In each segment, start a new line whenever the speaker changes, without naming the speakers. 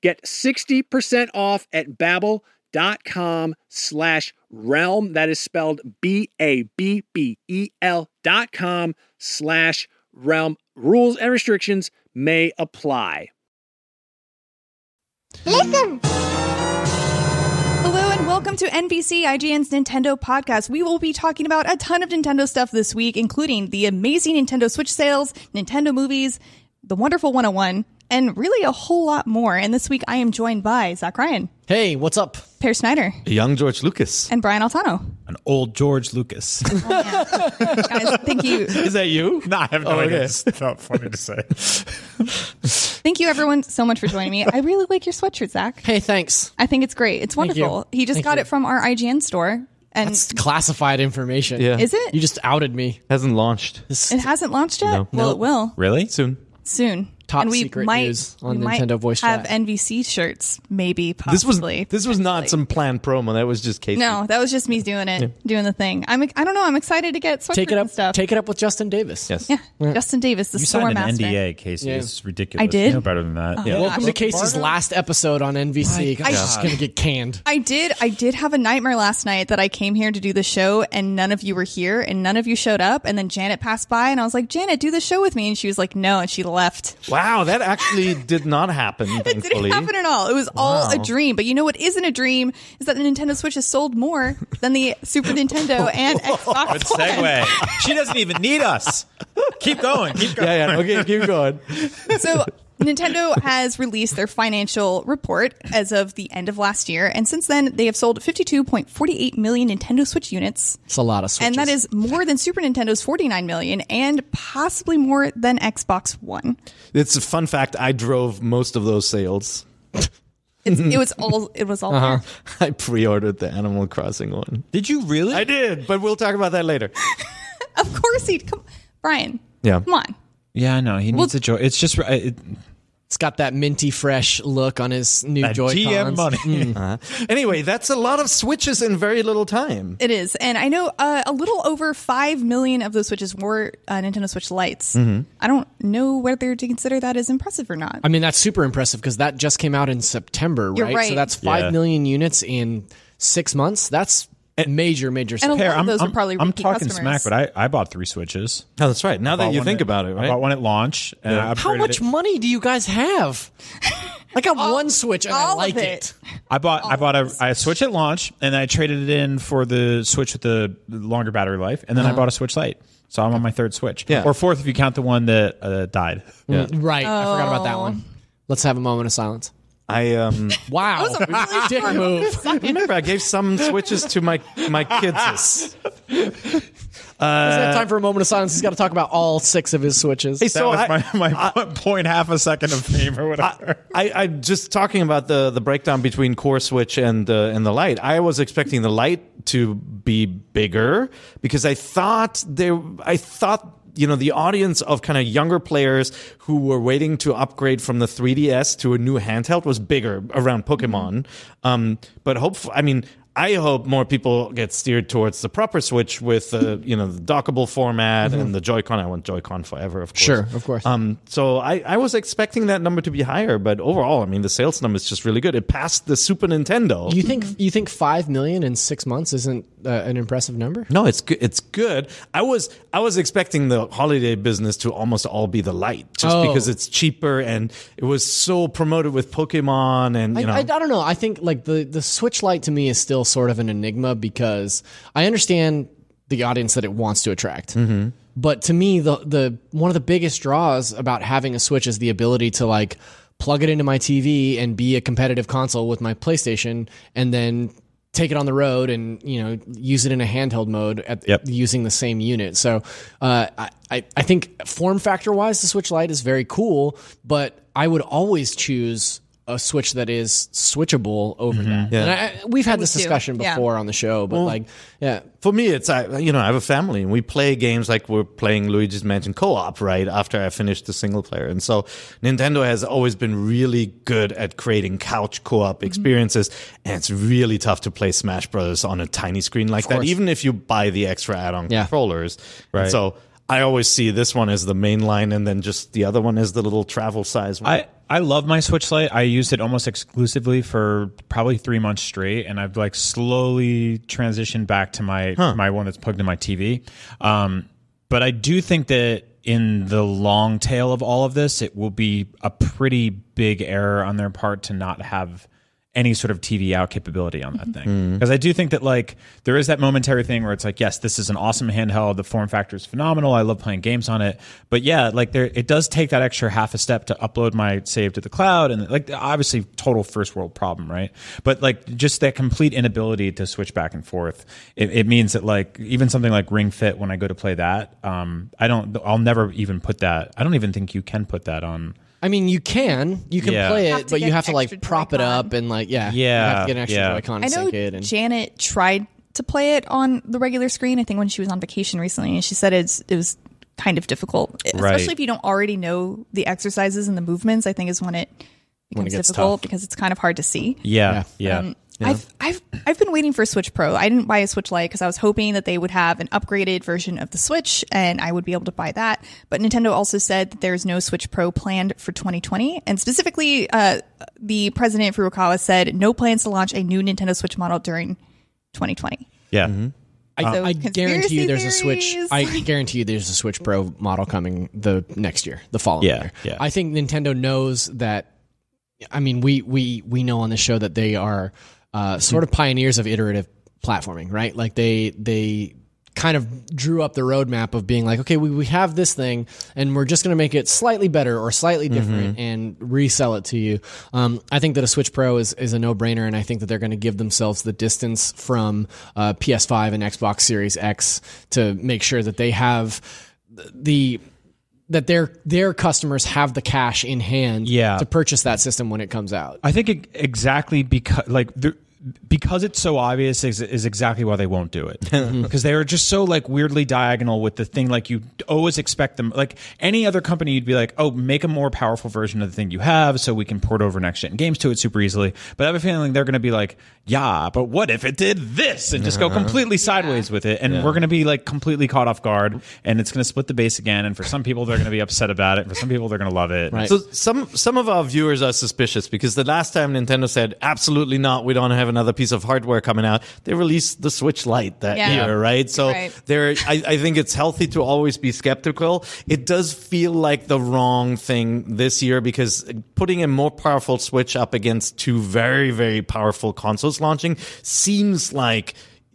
Get 60% off at babbel.com slash realm. That is spelled B-A-B-B-E-L E dot com slash realm. Rules and restrictions may apply.
Listen! Hello and welcome to NBC IGN's Nintendo podcast. We will be talking about a ton of Nintendo stuff this week, including the amazing Nintendo Switch sales, Nintendo movies, the wonderful 101, and really a whole lot more. And this week I am joined by Zach Ryan,
Hey, what's up?
Per Snyder,
A young George Lucas.
and Brian Altano.
an old George Lucas.
Guys, thank you.
Is that you?
no, I have no
Oh,
idea.
okay.
It's not funny to say.
Thank you everyone so much for joining me. I really like your sweatshirt, Zach.
Hey, thanks.
I think it's great. It's wonderful. He just got it from our IGN store. And
It's classified information.
Yeah.
is it?
You just outed me.
Hasn't launched
it hasn't launched yet? Well, it will.
Really?
soon.
soon.
Top secret news on
we
Nintendo Voice
have
Chat.
NVC shirts, maybe
This was
possibly.
this was not some planned promo. That was just Casey.
no, that was just me doing it, doing the thing. I'm I don't know. I'm excited to get sweatshirt
Take it up.
and stuff.
Take it up with Justin Davis.
Yes.
yeah, Justin Davis, the
You
store
signed an
master.
NDA, Casey.
Yeah.
It's ridiculous.
I did? Oh,
You know better than that. yeah.
Welcome to Casey's last episode on NVC. I'm just gonna get canned.
I did. I did have a nightmare last night that I came here to do the show and none of you were here and none of you showed up. And then Janet passed by and I was like, Janet, do the show with me. And she was like, no. And she left.
Wow, that actually did not happen.
It didn't
Thankfully,
happen at all. It was all a
Wow.
dream. But you know what isn't a dream is that the Nintendo Switch has sold more than the Super Nintendo and Xbox. One.
Segway. she doesn't even need us. Keep going. Keep going.
yeah, yeah. Okay, keep going.
So Nintendo has released their financial report as of the end of last year, and since then they have sold 52.48 million Nintendo Switch units,
It's a lot of switches.
and that is more than Super Nintendo's 49 million, and possibly more than Xbox One.
It's a fun fact. I drove most of those sales.
It's, it was all. It was all.
Uh-huh.
there.
I pre-ordered the Animal Crossing one.
Did you really?
I did, but we'll talk about that later.
Of course, he'd come. Brian,
Yeah.
come on.
yeah, no, he needs a joy. It's just uh, it,
it's got that minty fresh look on his new
that
Joy-Cons.
GM money.
Anyway, that's a lot of switches in very little time.
It is, and I know uh, a little over five million of those switches were uh, Nintendo Switch lights. I don't know whether to consider that as impressive or not.
I mean, that's super impressive because that just came out in September,
You're
right? So
right.
that's five
Yeah.
million units in six months. That's major, major.
and a
success.
lot
Here,
of
I'm,
those
I'm,
are probably
I'm
repeat
talking
customers.
smack, but I, I bought three Switches.
Oh, that's right. Now that
Bought
you
one
think
at-
about it,
I
right?
bought one at launch. And I
How
upgraded
much
it.
money do you guys have? I got one Switch and I
all
like
of it.
it.
I bought I bought a, a Switch at launch, and I traded it in for the Switch with the longer battery life, and then
Uh-huh.
I bought a Switch Lite. So I'm on my third Switch,
Yeah.
or fourth if you count the one that uh, died.
Yeah.
Right. I forgot about that one. Let's have a moment of silence.
I um
Oh. Wow.
That was a really
Dick
short
move.
remember I gave some switches to my my kids.
Does
Uh,
he have time for a moment of silence? He's got to talk about all six of his switches.
Hey,
That
so
was
I,
my, my point half a second of fame or whatever.
I, I just talking about the the breakdown between core switch and uh, and the light. I was expecting the light to be bigger because I thought there I thought you know the audience of kind of younger players who were waiting to upgrade from the 3DS to a new handheld was bigger around Pokemon.
Mm-hmm.
Um, but hope I mean I hope more people get steered towards the proper Switch with the you know the dockable format and the Joy-Con. I want Joy-Con forever, of course.
Mm-hmm. Sure, of course.
Um, so I, I was expecting that number to be higher, but overall, I mean, the sales number is just really good. It passed the Super Nintendo.
You think you think five million in six months isn't uh, an impressive number?
no, it's good. It's good. I was I was expecting the holiday business to almost all be the light, just
Oh.
because it's cheaper and it was so promoted with Pokemon and you know.
I, I, I don't know. I think like the the Switch Lite to me is still sort of an enigma because I understand the audience that it wants to attract. But to me, the the one of the biggest draws about having a Switch is the ability to like plug it into my TV and be a competitive console with my PlayStation, and then take it on the road and you know use it in a handheld mode at
Yep.
using the same unit. So uh, I- I I think form factor wise, the Switch Lite is very cool, but I would always choose a Switch that is switchable over that. And I, I- we've had this
too.
discussion
Yeah.
before on the show, but like yeah,
for me, it's I you know I have a family and we play games like we're playing Luigi's Mansion co-op right after I finish the single player, and so Nintendo has always been really good at creating couch co-op experiences, and it's really tough to play Smash Brothers on a tiny screen like that, even if you buy the extra add-on
Yeah.
controllers. Right. so I always see this one as the main line, and then just the other one as the little travel size one.
I I love my Switch Lite. I used it almost exclusively for probably three months straight, and I've like slowly transitioned back to my my one that's plugged in my TV. Um, but I do think that in the long tail of all of this, it will be a pretty big error on their part to not have any sort of TV out capability on that thing. Because I do think that like there is that momentary thing where it's like, yes, this is an awesome handheld. The form factor is phenomenal. I love playing games on it. But yeah, like there, it does take that extra half a step to upload my save to the cloud, and like obviously total first world problem, right? But like just that complete inability to switch back and forth, it, it means that like even something like Ring Fit, when I go to play that, um, I don't, I'll never even put that. I don't even think you can put that on.
I mean you can you can
Yeah.
play
Have
it,
to
but you
get
have to like
extra
prop it
Joy-Con.
up and like yeah
Yeah,
you have to get an extra
yeah.
Joy-Con
I
and
know
sync it. And,
Janet tried to play it on the regular screen. I think when she was on vacation recently, and she said it's it was kind of difficult, especially if you don't already know the exercises and the movements. I think is when it becomes
gets
difficult
tough.
because it's kind of hard to see.
Yeah, yeah.
I've I've I've been waiting for a Switch Pro. I didn't buy a Switch Lite because I was hoping that they would have an upgraded version of the Switch and I would be able to buy that. But Nintendo also said that there is no Switch Pro planned for 2020, and specifically, uh, the president Furukawa said no plans to launch a new Nintendo Switch model during 2020.
yeah.
I,
So
Uh, I guarantee you
conspiracy
there's a Switch.
theories.
I guarantee you there's a Switch Pro model coming the next year, the following
Yeah,
year.
yeah.
I think Nintendo knows that. I mean, we we we know on the show that they are uh, sort of pioneers of iterative platforming, right? Like they they kind of drew up the roadmap of being like, okay, we, we have this thing and we're just going to make it slightly better or slightly different and resell it to you. Um, I think that a Switch Pro is, is a no brainer. And I think that they're going to give themselves the distance from uh, PS5 and Xbox Series X to make sure that they have the that their their customers have the cash in hand
Yeah.
to purchase that system when it comes out.
I think it, exactly because like the, because it's so obvious is, is exactly why they won't do it because they are just so like weirdly diagonal with the thing like you always expect them like any other company you'd be like oh make a more powerful version of the thing you have so we can port over next gen games to it super easily but I have a feeling they're going to be like yeah but what if it did this and just go completely sideways with it and we're going to be like completely caught off guard and it's going to split the base again and for some people they're going to be upset about it for some people they're going to love it
Right.
So some some of our viewers are suspicious because the last time Nintendo said absolutely not, we don't have another piece of hardware coming out, they released the Switch Lite that
Yeah.
year, right? So
Right.
there, I, I think it's healthy to always be skeptical. It does feel like the wrong thing this year because putting a more powerful Switch up against two very very powerful consoles launching seems like.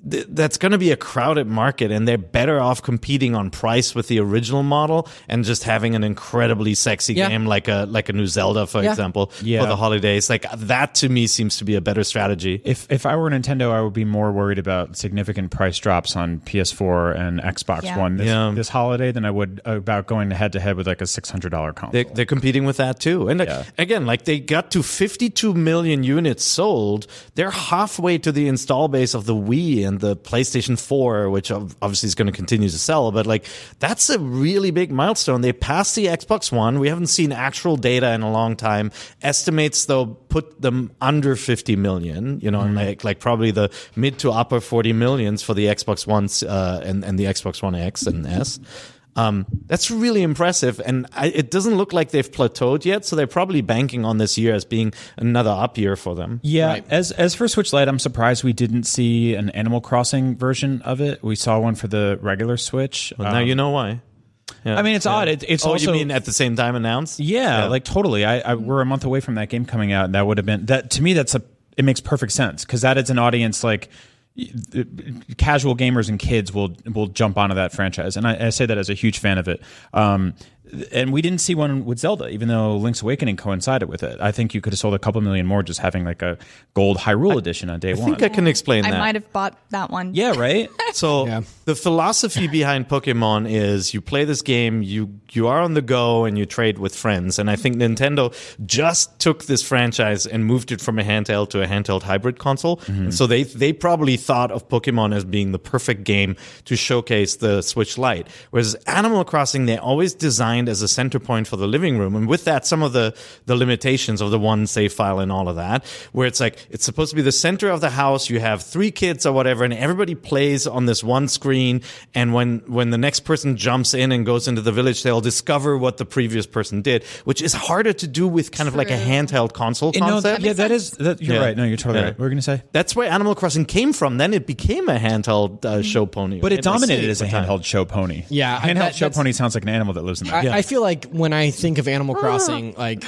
th- That's going to be a crowded market, and they're better off competing on price with the original model and just having an incredibly sexy
Yeah.
game like a like a new Zelda, for
Yeah.
example,
Yeah.
for the holidays. Like that to me seems to be a better strategy.
If if I were Nintendo, I would be more worried about significant price drops on PS4 and Xbox
Yeah.
One this,
Yeah.
this holiday than I would about going head to head with like a six hundred dollar console.
They, they're competing with that too, and like,
Yeah.
again, like they got to 52 million units sold. They're halfway to the install base of the Wii and the PlayStation 4, which ob- obviously is going to continue to sell. But like that's a really big milestone. They passed the Xbox One. We haven't seen actual data in a long time. Estimates though put them under 50 million. You know, and like like probably the mid to upper 40 millions for the Xbox Ones uh, and and the Xbox One X and S. Um, that's really impressive, and I, it doesn't look like they've plateaued yet. So they're probably banking on this year as being another up year for them.
yeah, as as for Switch Lite, I'm surprised we didn't see an Animal Crossing version of it. We saw one for the regular Switch.
now
Um,
you know why.
I mean, it's odd. It, it's
Oh,
also
you mean at the same time announced?
Yeah, like totally. I,
Mm.
I we're a month away from that game coming out, and that would have been that to me. That's a it makes perfect sense because that is an audience like y- y- casual gamers and kids will will jump onto that franchise, and I, I say that as a huge fan of it. Um, and we didn't see one with Zelda, even though Link's Awakening coincided with it. I think you could have sold a couple million more just having like a gold Hyrule edition on day
I
one.
think I can explain
I
that.
might have bought that one.
yeah, right.
So
Yeah.
the philosophy behind Pokemon is you play this game, you you are on the go and you trade with friends. And I think Nintendo just took this franchise and moved it from a handheld to a handheld hybrid console. And so they they probably thought of Pokemon as being the perfect game to showcase the Switch Lite. Whereas Animal Crossing they always designed as a center point for the living room. And with that some of the the limitations of the one save file and all of that, where it's like it's supposed to be the center of the house, you have three kids or whatever and everybody plays on this one screen and when when the next person jumps in and goes into the village they'll discover what the previous person did which is harder to do with kind of like a handheld console
You know,
concept
yeah, that is. That, you're
Yeah.
right. No, you're totally
Yeah.
right. What We're gonna say.
that's where animal crossing came from then it became a handheld uh, show pony
But it
Right?
dominated
Like,
as a
with time.
handheld show pony.
Yeah, I-
handheld
that-
show
that's-
pony sounds like an animal that lives in
I,
there.
I feel like when I think of Animal Crossing, like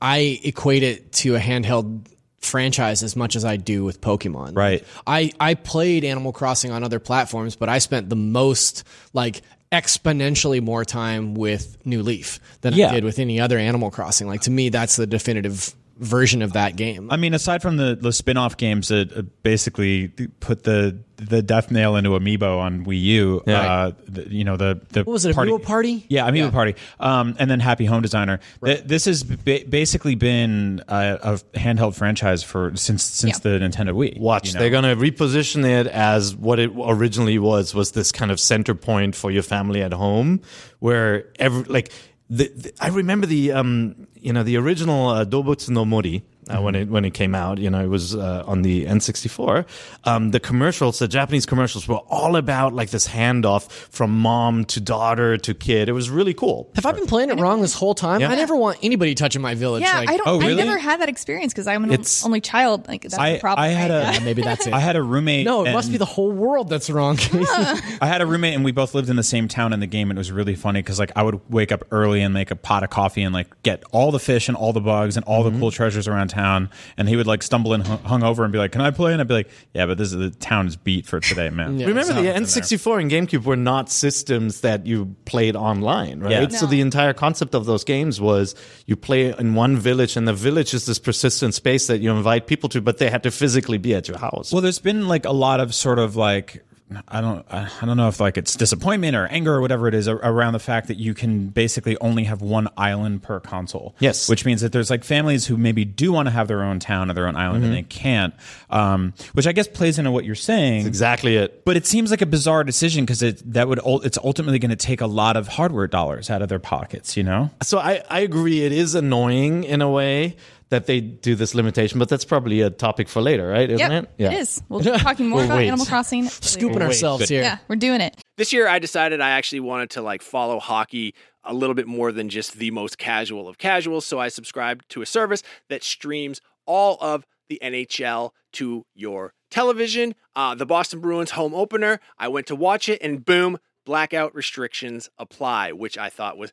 I equate it to a handheld franchise as much as I do with Pokemon.
Right.
I I played Animal Crossing on other platforms, but I spent the most like exponentially more time with New Leaf than
Yeah.
I did with any other Animal Crossing. Like to me, that's the definitive version of that game.
I mean, aside from the, the spin off games that uh, basically put the the death nail into Amiibo on Wii U, uh, the, you know, the, the. What
was it, Amiibo Party?
Yeah, Amiibo
Yeah.
Party. Um, and then Happy Home Designer. Th- this has ba- basically been a, a handheld franchise for since since
Yeah.
the Nintendo Wii.
Watch,
you know?
they're going to reposition it as what it originally was was this kind of center point for your family at home, where every like the, the- I remember the um you know the original uh, Dobutsu no Mori. Uh,
Mm-hmm.
when it when it came out, you know, it was uh, on the N64. Um, the commercials, the Japanese commercials, were all about like this handoff from mom to daughter to kid. It was really cool.
have I been playing it wrong this whole time?
Yeah.
I never want anybody touching my village.
Yeah,
like,
I don't.
Oh, really?
I never had that experience because I'm an
It's-
only child. Like that's
I,
the problem.
I had
right?
a.
"Oh, Maybe that's it.
I had a roommate.
no, it must
and-
be the whole world that's wrong.
I had a roommate and we both lived in the same town in the game. And it was really funny because like I would wake up early and make a pot of coffee and like get all the fish and all the bugs and all the cool treasures around town. And he would like stumble in hung hungover and be like, "Can I play?" And I'd be like, "Yeah, but this is the town is beat for today, man."
Remember,
It's not
the
in there.
N64 and GameCube were not systems that you played online, right?
Yeah.
So the entire concept of those games was you play in one village, and the village is this persistent space that you invite people to, but they had to physically be at your house.
Well, there's been like a lot of sort of like I don't I I don't know if like it's disappointment or anger or whatever it is ar- around the fact that you can basically only have one island per console.
Yes.
which means that there's like families who maybe do want to have their own town or their own island
Mm-hmm.
and they can't. Um, which I guess plays into what you're saying.
exactly it.
But it seems like a bizarre decision because it that would ul- it's ultimately going to take a lot of hardware dollars out of their pockets. You know,
So I, I agree. It is annoying in a way that they do this limitation, but that's probably a topic for later, right? Isn't
Yep,
it?
it is. We'll be talking more
We'll
about
wait.
Animal Crossing.
Scooping
later.
ourselves here.
Yeah, we're doing it.
This year, I decided I actually wanted to like follow hockey a little bit more than just the most casual of casuals. So I subscribed to a service that streams all of the NHL to your television. Uh, the Boston Bruins home opener. I went to watch it, and boom, blackout restrictions apply, which I thought was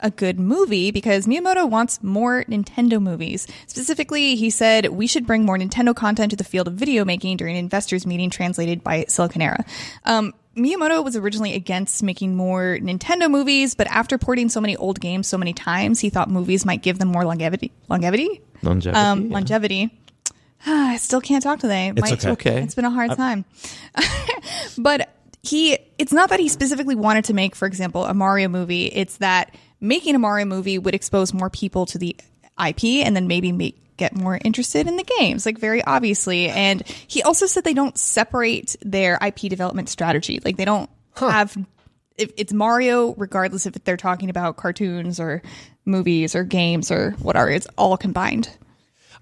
a good movie? Because Miyamoto wants more Nintendo movies. Specifically, he said we should bring more Nintendo content to the field of video making during an investors meeting translated by Siliconera. Um, Miyamoto was originally against making more Nintendo movies, but after porting so many old games so many times, he thought movies might give them more longevity. Longevity?
Longevity,
Um, longevity. Ah, I still can't talk today. It's
okay.
It's been a hard time. but he it's not that he specifically wanted to make for example a mario movie it's that making a mario movie would expose more people to the ip and then maybe make get more interested in the games, like very obviously. And he also said they don't separate their IP development strategy. Like they don't have if it's Mario, regardless if they're talking about cartoons or movies or games or whatever, it's all combined.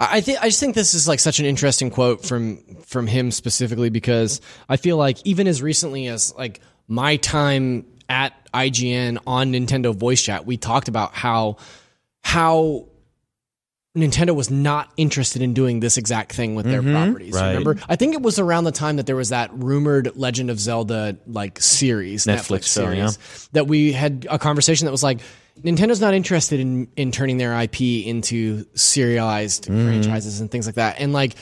I think I just think this is like such an interesting quote from from him specifically because I feel like even as recently as like my time at IGN on Nintendo Voice Chat, we talked about how how Nintendo was not interested in doing this exact thing with their
Mhm.
properties.
Right.
Remember, I think it was around the time that there was that rumored Legend of Zelda like series, Netflix,
Netflix show,
series,
yeah.
that we had a conversation that was like, Nintendo's not interested in in turning their IP into serialized
Mm-hmm.
franchises and things like that. And like,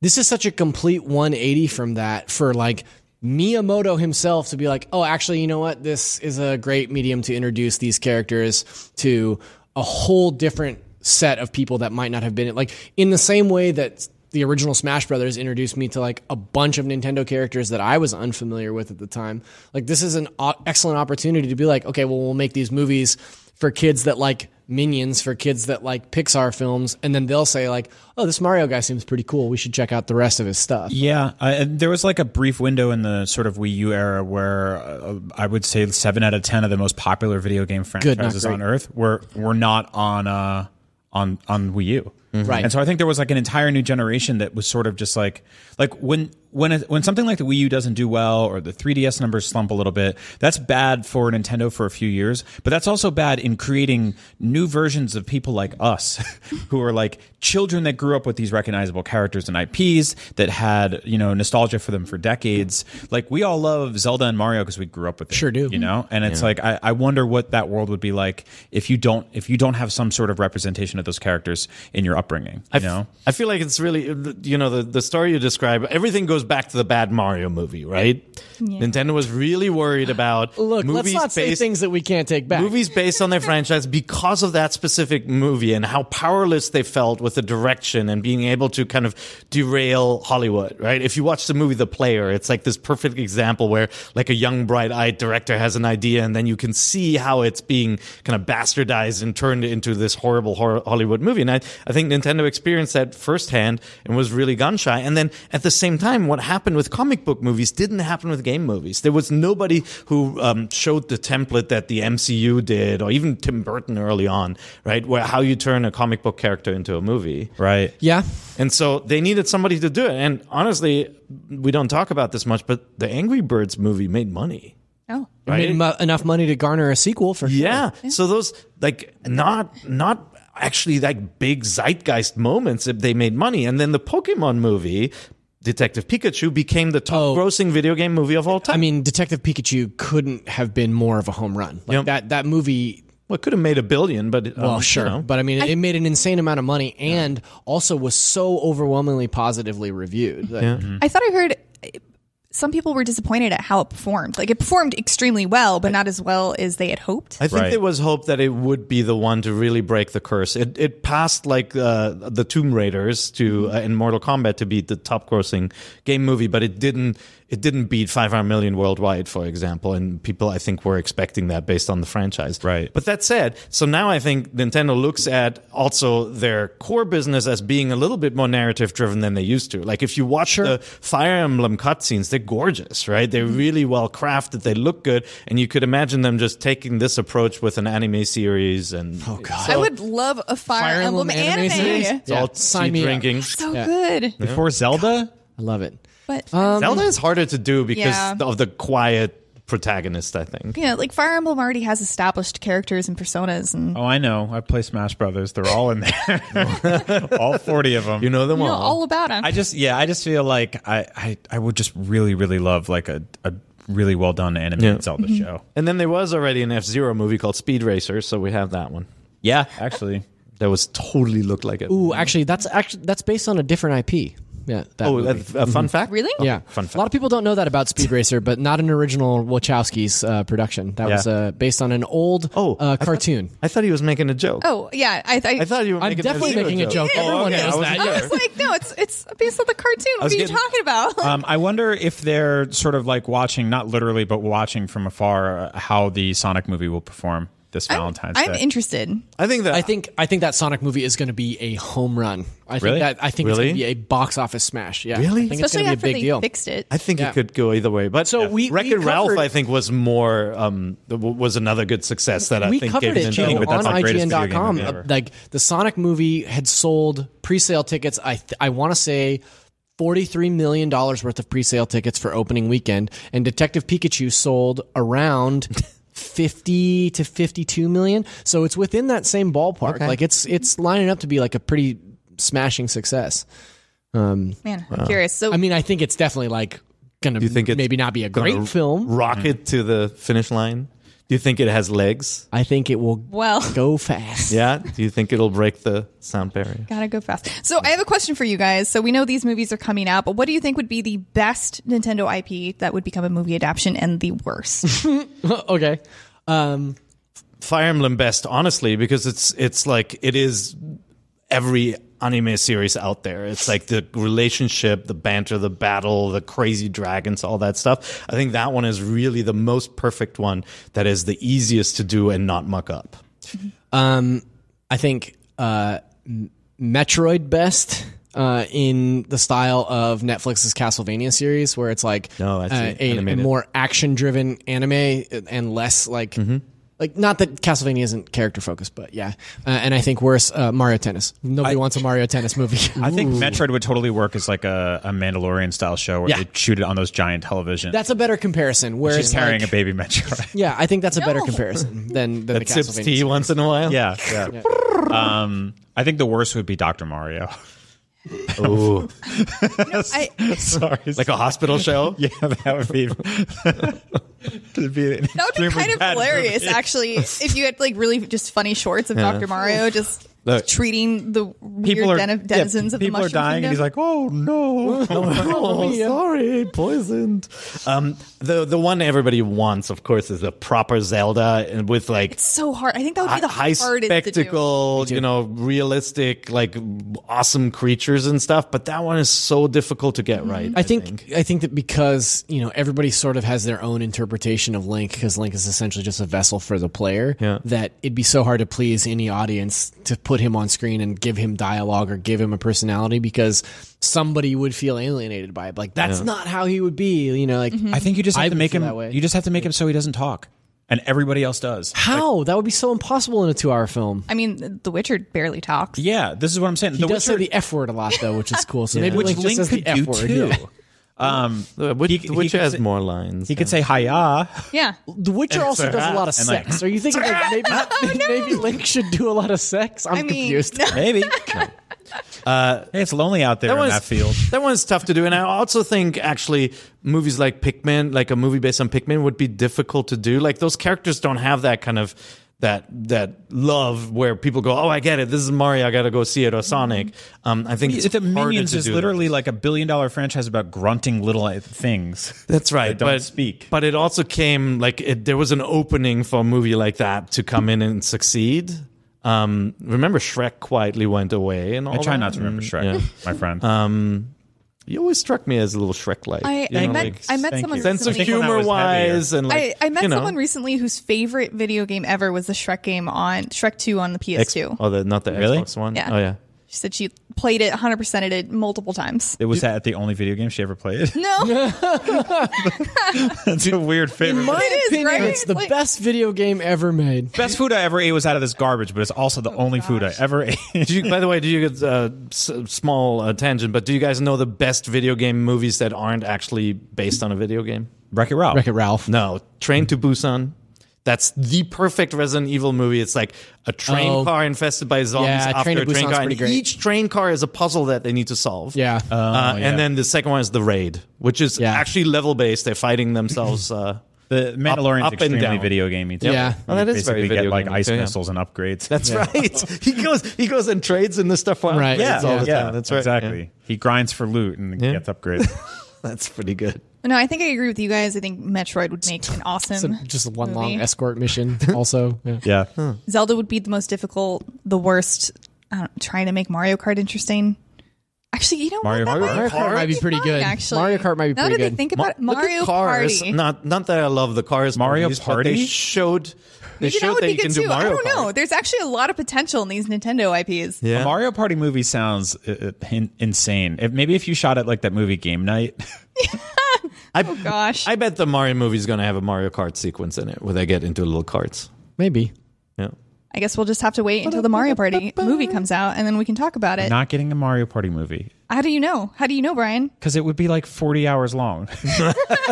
this is such a complete 180 from that for like Miyamoto himself to be like, oh, actually, you know what? This is a great medium to introduce these characters to a whole different set of people that might not have been like in the same way that the original Smash Brothers introduced me to like a bunch of Nintendo characters that I was unfamiliar with at the time. Like this is an o- excellent opportunity to be like, okay, well, we'll make these movies for kids that like Minions, for kids that like Pixar films, and then they'll say like, oh, this Mario guy seems pretty cool. We should check out the rest of his stuff.
Yeah, I, and there was like a brief window in the sort of Wii U era where uh, I would say seven out of ten of the most popular video game
Good, not
franchises on
great.
Earth were were not on uh, on on Wii U.
Right.
And so I think there was like an entire new generation that was sort of just like like when when it, when something like the Wii U doesn't do well or the 3DS numbers slump a little bit, that's bad for Nintendo for a few years, but that's also bad in creating new versions of people like us who are like children that grew up with these recognizable characters and IPs that had, you know, nostalgia for them for decades. Like we all love Zelda and Mario because we grew up with it. Sure do. You know? And it's
Yeah.
like I, I wonder what that world would be like if you don't if you don't have some sort of representation of those characters in your upbringing.
I
You know?
I feel like it's really, you know, the, the story you describe, everything goes back to the bad Mario movie, right? Nintendo was really worried about
Look, let's
movies
not say
based
things that we can't take back.
movies based on their franchise because of that specific movie and how powerless they felt with the direction and being able to kind of derail Hollywood, right? If you watch the movie The Player, it's like this perfect example where like a young bright-eyed director has an idea and then you can see how it's being kind of bastardized and turned into this horrible hor- Hollywood movie. And I, I think Nintendo experienced that firsthand and was really gun shy. And then at the same time, what happened with comic book movies didn't happen with game movies. There was nobody who um, showed the template that the MCU did, or even Tim Burton early on, right? Where how you turn a comic book character into a movie,
right?
Yeah.
And so they needed somebody to do it. And honestly, we don't talk about this much, but the Angry Birds movie made money.
Oh,
I made
Right.
mu- enough money to garner a sequel for sure.
Yeah. So those like not not actually like big zeitgeist moments if they made money. And then the Pokemon movie, Detective Pikachu, became the top grossing video game movie of all time.
I mean, Detective Pikachu couldn't have been more of a home run. Like
Yep.
that that movie.
Well, it could have made a billion, but um,
well,
you
sure,
know.
but I mean, it made an insane amount of money, and also was so overwhelmingly positively reviewed. Like,
I thought I heard some people were disappointed at how it performed. Like it performed extremely well, but not as well as they had hoped.
I think
Right.
there was hope that it would be the one to really break the curse. It it passed like uh, the Tomb Raiders to uh, in Mortal Kombat to be the top grossing game movie, but it didn't it didn't beat 500 million worldwide, for example. And people I think were expecting that based on the franchise.
Right.
But that said, so now I think Nintendo looks at also their core business as being a little bit more narrative driven than they used to. Like if you watch the Fire Emblem cutscenes, they're gorgeous, right? They're really well crafted. They look good, and you could imagine them just taking this approach with an anime series and oh god,
I would love a Fire, Emblem, anime.
It's all
sign
tea
me up.
drinking.
So good.
Before Zelda?
I love it.
Mm-hmm.
But
Zelda is harder to do because
Yeah.
of the quiet protagonist. I think.
yeah, like Fire Emblem already has established characters and personas and
Oh, I know. I play Smash Brothers. They're all in there. all 40 of them.
You know them
you know
all.
all about them.
I just yeah, I just feel like I I, I would just really really love like a, a really well done animated
Yeah.
Zelda show.
and then there was already an F Zero movie called Speed Racer, so we have that one.
Yeah, actually.
That was totally looked like it.
Ooh, actually, that's actually that's based on a different IP. Yeah. That
Oh,
movie.
that's a fun fact.
really?
yeah.
Oh, fun
A lot of people don't know that about Speed Racer, but not an original Wachowski's uh, production. That
Yeah.
was uh, based on an old
Oh, I
uh,
thought-
cartoon.
I thought he was making a joke.
Oh yeah, I, I,
I thought you were.
I'm
making
definitely
zero
making a joke.
Oh,
Everyone
okay.
knows
I wasn't
that.
I
sure.
was like, no, it's it's based on the cartoon. What
was
are you
getting-
talking about?
Um, I wonder if they're sort of like watching, not literally, but watching from afar, uh, how the Sonic movie will perform. this Valentine's
I'm
Day.
interested.
I think that
I think I think that Sonic movie is going to be a home run. I think
Really?
that I think it's
Really?
going to be a box office smash. Yeah,
Really?
I think
Especially
it's going to
after
be a
they
big deal.
fixed it.
I think
Yeah.
it could go either way, but
So we- we
Wreck-It Ralph,
covered-
I think, was more um, w- was another good success that I
we
think
covered
gave
it
Nintendo.
Joe,
cheating, but
on
that's the greatest video game
IGN.com.
ever.
Like the Sonic movie had sold pre-sale tickets. I th- I want to say. $43 million worth of pre-sale tickets for opening weekend and detective pikachu sold around 50 to 52 million so it's within that same ballpark like it's it's lining up to be like a pretty smashing success
Man, I'm curious. So
i mean i think it's definitely like gonna
Do you think it's
maybe not be a
gonna
great film
Rocket to the finish line. Do you think it has legs?
I think it will
Well.
go fast.
Yeah. Do you think it'll break the sound barrier?
Gotta go fast. So I have a question for you guys. So we know these movies are coming out, but what do you think would be the best Nintendo IP that would become a movie adaptation and the worst?
okay. Um,
Fire Emblem best, honestly, because it's it's like it is every anime series out there. It's like the relationship, the banter, the battle, the crazy dragons, all that stuff. I think that one is really the most perfect one that is the easiest to do and not muck up.
um, I think uh, M- Metroid best uh, in the style of Netflix's Castlevania series, where it's like
No,
uh,
that's it.
a, a
Animated.
more action-driven anime uh, and less like.
Mm-hmm.
Like not that Castlevania isn't character focused, but yeah, uh, and I think worse uh, Mario Tennis. Nobody wants a Mario Tennis movie.
I think Metroid would totally work as like a, a Mandalorian style show where
Yeah.
they shoot it on those giant televisions.
that's a better comparison. Where
She's
it's
carrying
like,
a baby Metroid.
yeah, I think that's a better
No.
comparison than, than the
That sips
Castlevania.
tea once in a while.
yeah, yeah. um, I think the worst would be Doctor Mario.
Ooh.
I,
Sorry,
like a hospital show.
yeah, that would be. that'd be an
that would be
extremely
kind of
bad
hilarious,
movie.
actually, if you had like really just funny shorts of Dr. Mario just
Look.
treating the weird
People are
den-
yeah,
denizens of the
people
mushroom
are dying,
kingdom.
and he's like, "Oh no!"
oh, sorry, poisoned. Um, the the one everybody wants, of course, is the proper Zelda, and with like
it's so hard. I think that would be the
high
hardest to do.
spectacle, you know, realistic, like awesome creatures and stuff. But that one is so difficult to get
Mm-hmm.
right.
I think I think that because you know everybody sort of has their own interpretation of Link because Link is essentially just a vessel for the player.
Yeah.
That it'd be so hard to please any audience to put him on screen and give him dialogue or give him a personality because somebody would feel alienated by it. Like that's not how he would be. You know, like
Mm-hmm.
I think you just have
I
to
would
make
feel
him.
that way.
You just have to make him so he doesn't talk, and everybody else does.
how that would be so impossible in a two-hour film.
I mean, The Witcher barely talks.
Yeah, this is what I'm saying.
He does say the f word a lot though, which is cool. So maybe
which
Link just
Link
says
could
the f
do
word.
too.
yeah.
Um,
Uh, which,
he- he
which
could
has
say-
more lines.
he could say "Hiya."
Yeah.
The Witcher also does a lot of
And, like-
sex. Are you thinking like maybe, maybe Link should do a lot of sex? I'm
Oh, I mean,
confused.
Maybe. Uh, hey, it's lonely out there in
one's-
that field.
That one's tough to do, and I also think actually movies like Pikmin, like a movie based on Pikmin, would be difficult to do. Like those characters don't have that kind of that that love where people go, "Oh, I get it. This is Mario. I got to go see it." Or Sonic. Um, I think it's
the
harder
Minions
to
is
do
literally
that.
like a billion dollar franchise about grunting little uh, things.
That's right.
that don't
but,
speak.
But it also came like it, there was an opening for a movie like that to come in and succeed. Um, remember, Shrek quietly went away, and all
I try
that?
not to remember
Mm,
Shrek,
yeah.
my friend.
You always struck me as a little Shrek-like.
I,
you
I
know,
met,
like-
I met
thank
someone
you.
sense of
I
recently-
think when I
humor
was
wise and like
I, I met
you know,
someone recently whose favorite video game ever was the Shrek game on Shrek 2 on the
X-
PS2.
oh the not the
Really?
Xbox one
Yeah.
oh yeah
She said she played it 100%ed it multiple times.
it was at the only video game she ever played.
No,
That's a weird favorite.
my
It is,
opinion,
right?
it's the
Like-
best video game ever made.
Best food I ever ate was out of this garbage, but it's also
Oh,
the only food I ever ate.
did you by the way do you get uh, s- small uh, tangent but do you guys know the best video game movies that aren't actually based on a video game
Wreck It Ralph.
Wreck It Ralph.
no Train to Busan that's the perfect Resident Evil movie. It's like a train
Oh.
car infested by zombies
Yeah,
after
Train to
a train
Busan's
car,
pretty
and
great.
each train car is a puzzle that they need to solve.
Yeah.
uh,
Um,
yeah.
and then the second one is the raid, which is
Yeah.
actually level based. They're fighting themselves. Uh,
The Mandalorian's
up and
extremely
down.
video gamey too.
Yeah.
Oh, that
You
is very
basically
video
get like
gamey,
ice
too, yeah.
missiles and upgrades.
That's right. he goes he goes and trades in this stuff for
Right.
upgrades
Yeah,
all the
yeah,
time. That's right.
Exactly.
Yeah.
He grinds for loot and
Yeah.
gets upgrades.
That's pretty good.
no, I think I agree with you guys. I think Metroid would make an
It's a-
awesome.
just one
movie.
long escort mission, also. Yeah.
yeah.
Zelda would be the most difficult, the worst. I don't, trying to make Mario Kart interesting. Actually, you know
Mario,
what? That
Mario
might-
Kart?
Mario Kart might be pretty
fun,
good.
actually.
Mario Kart might be
Now
pretty
that I
good.
think about it,
Look at
Mario
cars.
Party.
Not not that I love the cars.
Mario
movies, but
Party?
they showed they
Maybe that
showed
would
that
be
you can
good
do
too. I
Mario
don't know.
Kart.
There's actually a lot of potential in these Nintendo IPs.
Yeah.
A Mario Party movie sounds uh, uh, in- insane. If, maybe if you shot it like that movie Game Night.
I,
Oh gosh.
I bet the Mario movie is going to have a Mario Kart sequence in it where they get into little carts.
Maybe.
Yeah.
I guess we'll just have to wait until the Mario Party movie comes out and then we can talk about it.
Not getting a Mario Party movie
How do you know? How do you know, Brian?
because it would be like 40 hours long.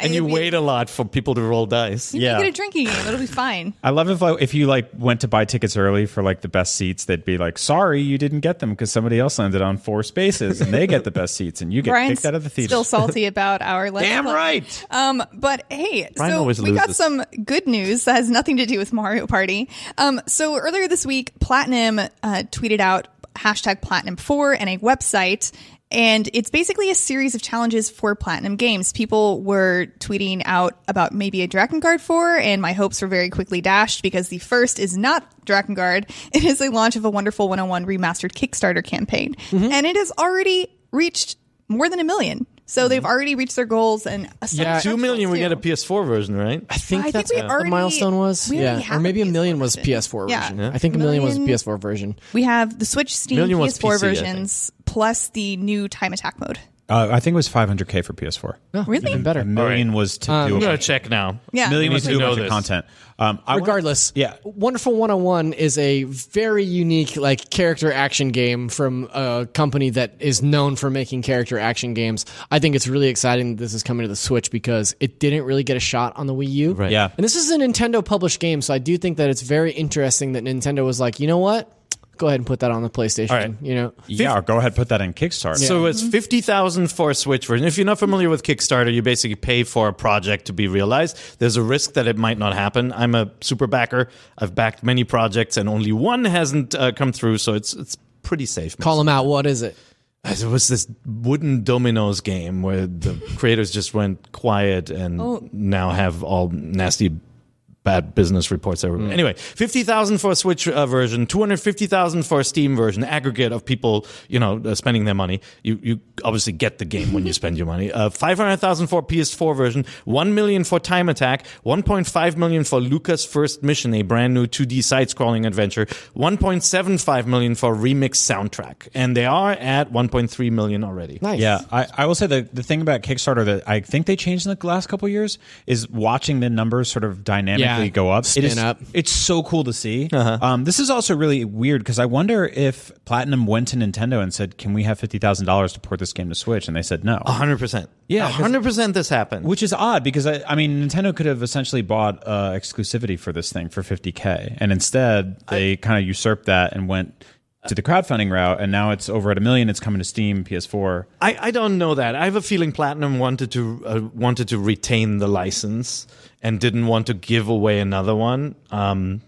And you wait a lot for people to roll dice.
You can get a drinking game. It'll be fine.
I love if I, if you like went to buy tickets early for like the best seats, they'd be like, "Sorry, you didn't get them because somebody else landed on four spaces and they get the best seats and you get
Brian's
kicked out of the theater."
still salty about our let's
Damn
Play.
right.
Um, but hey,
Brian
so
always
we got
loses.
some good news that has nothing to do with Mario Party. Um, so earlier this week, Platinum uh, tweeted out hashtag Platinum Four and a website. And it's basically a series of challenges for platinum games. People were tweeting out about maybe a Dragon Guard 4, and my hopes were very quickly dashed because the first is not Dragon Guard. It is a launch of a Wonderful 101 remastered Kickstarter campaign.
Mm-hmm.
And it has already reached more than a million.
Mm-hmm.
So they've already reached their goals and
Yeah.
Two million, we get a PS4 version, right?
I think
I think
that's
we
what
already-
the milestone was.
we already
yeah.
have
Or
a
maybe a
PS4
million was
version.
PS4
Yeah.
version.
Yeah.
I think a million was
Million-
PS4 version.
We have the Switch, Steam,
Million was
PS4
PC, I
versions, plus the new Time Attack mode.
Uh, I think it was 500k for PS4.
Oh.
Really?
Even better.
A million was to do.
I'm
A
going to check now.
Yeah.
million
Um, We
was
need to
to do a
know
bunch of
this.
content. Um, I wanna-
Regardless,
yeah.
Wonderful 101 is a very unique like character action game from a company that is known for making character action games. I think it's really exciting that this is coming to the Switch because it didn't really get a shot on the Wii U. Right.
Yeah.
And this is a Nintendo published game, so I do think that it's very interesting that Nintendo was like, "You know what? Go ahead and put that on the PlayStation."
right.
You know.
yeah, go ahead, put that in Kickstarter.
So it's fifty thousand for a Switch version. If you're not familiar with Kickstarter, you basically pay for a project to be realized. There's a risk that it might not happen. I'm a super backer. I've backed many projects, and only one hasn't uh, come through. So it's it's pretty safe.
Call them out. What is it?
It was this wooden dominoes game where the creators just went quiet and now have all nasty bad business reports everywhere. Anyway, 50,000 for a Switch uh, version, 250,000 for a Steam version, aggregate of people, you know, uh, spending their money. You you obviously get the game when you spend your money. Uh, 500,000 for a PS4 version, 1 million for Time Attack, 1.5 million for Lucas First Mission, a brand new 2D side-scrolling adventure, 1.75 million for remix soundtrack. And they are at 1.3 million already.
Nice.
Yeah, I, I will say the the thing about Kickstarter that I think they changed in the last couple of years is watching the numbers sort of dynamically
Yeah,
go up.
spin
it is,
up. Uh-huh.
It's so cool to see. Um, this is also really weird because I wonder if Platinum went to Nintendo and said, "Can we have fifty thousand dollars to port this game to Switch?" And they said no.
100%.
Yeah, 'cause-
100% this happened.
Which is odd because I, I mean Nintendo could have essentially bought uh, exclusivity for this thing for 50k, and instead they kind of usurped that and went to the crowdfunding route, and now it's over at a million. It's coming to Steam, PS4.
I, I don't know that. I have a feeling Platinum wanted to uh, wanted to retain the license and didn't want to give away another one. Um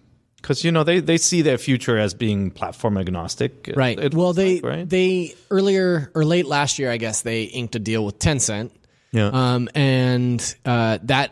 'cause because you know they, they see their future as being platform agnostic. It-
Right.
it
well,
looks
they
like, right?
they earlier or late last year, I guess they inked a deal with Tencent.
Yeah.
Um, and uh, that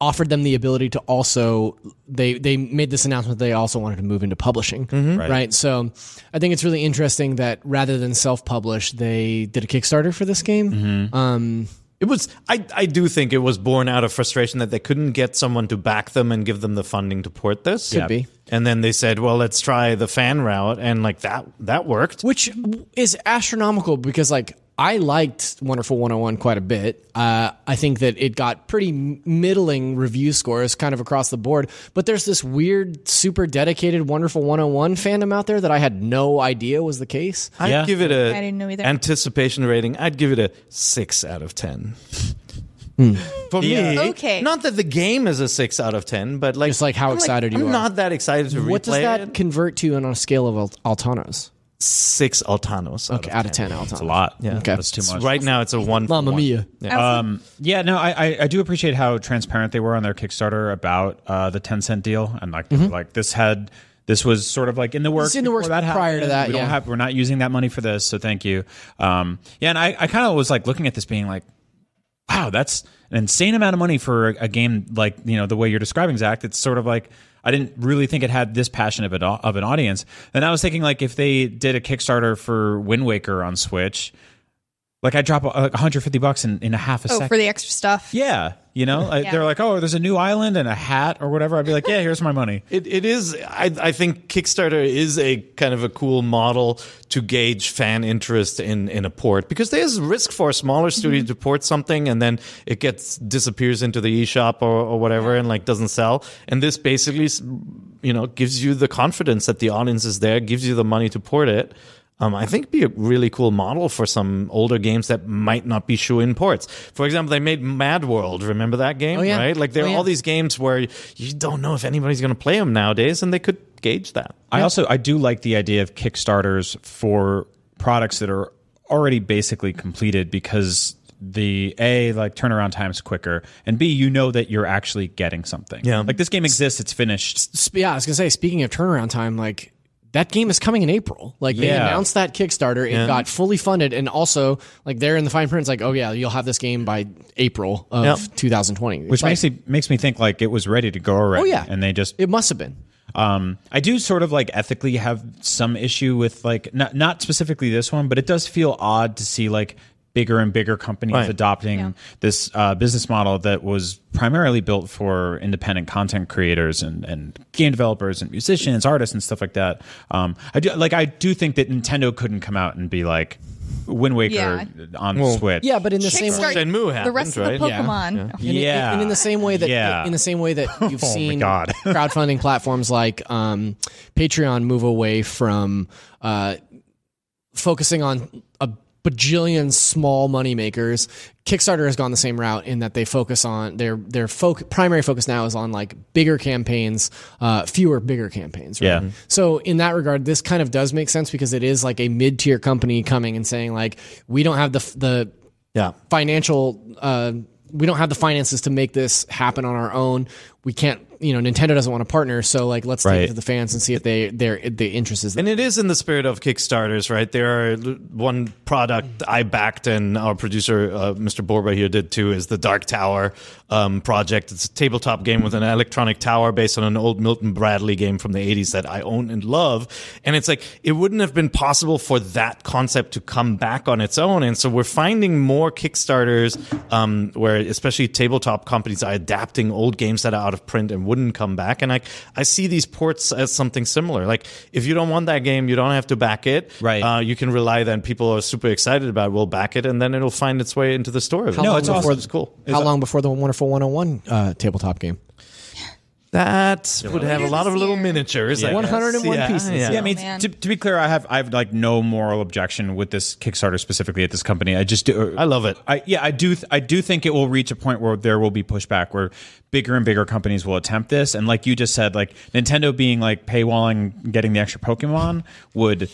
offered them the ability to also they they made this announcement they also wanted to move into publishing. Right. So I think it's really interesting that rather than self publish, they did a Kickstarter for this game. Um,
it was. I I do think it was born out of frustration that they couldn't get someone to back them and give them the funding to port this.
Could Yeah. be.
And then they said, well, let's try the fan route, and like that that worked.
which is astronomical because like I liked Wonderful 101 quite a bit. Uh, I think that it got pretty m- middling review scores kind of across the board, but there's this weird super dedicated Wonderful 101 fandom out there that I had no idea was the case.
I'd
Yeah.
give it a
I didn't know either.
anticipation rating. I'd give it a six out of ten.
Hmm.
For me,
Okay.
Not that the game is a six out of ten, but like
Just like how
I'm
excited you
I'm
are.
not that excited to replay
What does that
it.
convert to on a scale of Al- Altanos?
six Altanos out,
Okay,
of,
out of 10 Altanos. It's
A lot.
Yeah.
Okay.
that's too much.
Right now, it's a one. for
Mamma
one.
mia.
Um, yeah, no, I, I, I do appreciate how transparent they were on their Kickstarter about uh, the ten cent deal, and like like this had this was sort of like in the works.
Mm-hmm. in the
before
works
that
prior to
happened.
that,
We don't
yeah.
have, we're not using that money for this, so thank you. Um, yeah, and I, I kind of was like looking at this, being like, wow, that's an insane amount of money for a, a game like you know the way you're describing Zach. It's sort of like. I didn't really think it had this passion of, it, of an audience. And I was thinking like if they did a Kickstarter for Wind Waker on Switch, like I drop uh, like 150 bucks in, in a half a
oh,
second.
for the extra stuff.
yeah, you know, I-
Yeah.
they're like, oh, there's a new island and a hat or whatever. I'd be like, yeah, here's my money.
It, it is. I, I think Kickstarter is a kind of a cool model to gauge fan interest in, in a port because there's risk for a smaller studio
Mm-hmm.
to port something and then it gets disappears into the eShop or, or whatever and like doesn't sell. And this basically, you know, gives you the confidence that the audience is there, gives you the money to port it. Um, I think be a really cool model for some older games that might not be shoe in ports. For example, they made Mad World. Remember that game,
Oh, yeah.
right? Like there
Oh,
are
yeah.
all these these games where you don't know if anybody's going to play them nowadays, and they could gauge that.
I also I do like the idea of kickstarters for products that are already basically completed because the a like turnaround time's quicker and b you know that you're actually getting something.
Yeah.
like this game exists, it's finished.
Sp- yeah, I was gonna say. Speaking of turnaround time, like that game is coming in April. Like they
Yeah.
announced that Kickstarter, it
Yeah.
got fully funded, and also like they're in the fine print. It's like, oh yeah, you'll have this game by April of
Yep.
2020, It's
Which
like,
makes me makes me think like it was ready to go already.
oh yeah,
and they just
it must have been.
Um, I do sort of like ethically have some issue with like not not specifically this one, but it does feel odd to see like bigger and bigger companies
Right.
adopting this uh, business model that was primarily built for independent content creators and, and game developers and musicians, artists and stuff like that. Um, I do like I do think that Nintendo couldn't come out and be like Wind Waker
Yeah.
on Switch.
Yeah, but in the same way,
Kickstart
Shenmue
the
happened,
rest
right?
of the Pokemon.
And in-
Yeah.
and in the same way that
Yeah. Oh
in the same way that you've
my
seen
God.
crowdfunding platforms like um, Patreon move away from uh, focusing on a bajillion small money makers. Kickstarter has gone the same route in that they focus on their their foc primary focus now is on like bigger campaigns, uh, fewer bigger campaigns. Right?
Yeah.
So in that regard, this kind of does make sense because it is like a mid tier company coming and saying like we don't have the f- the
Yeah,
financial uh, we don't have the finances to make this happen on our own we can't you know nintendo doesn't want to partner so like let's take
Right.
it to the fans and see if they their the interest is there
and it is in the spirit of Kickstarters, right? There are l- one product I backed, and our producer uh, Mr. Borba here did too. Is the Dark Tower um, project? It's a tabletop game with an electronic tower based on an old Milton Bradley game from the '80s that I own and love. And it's like it wouldn't have been possible for that concept to come back on its own. And so we're finding more Kickstarters um, where especially tabletop companies are adapting old games that are out of print and wouldn't come back. And I, I see these ports as something similar. Like if you don't want that game, you don't have to back it.
Right.
Uh, you can rely then people are super excited about will back it and then it'll find its way into the store.
How long before-
It's cool.
how long before the wonderful 101 uh, tabletop game
That would have a lot of
this
little
year.
miniatures. I guess.
101
Yeah,
pieces.
yeah.
Yeah, I mean,
man.
to, to be clear, I have I have like no moral objection with this Kickstarter specifically at this company. I just do, uh,
I love it.
I yeah, I do th- I do think it will reach a point where there will be pushback where bigger and bigger companies will attempt this, and like you just said, like Nintendo being like paywalling, getting the extra Pokemon would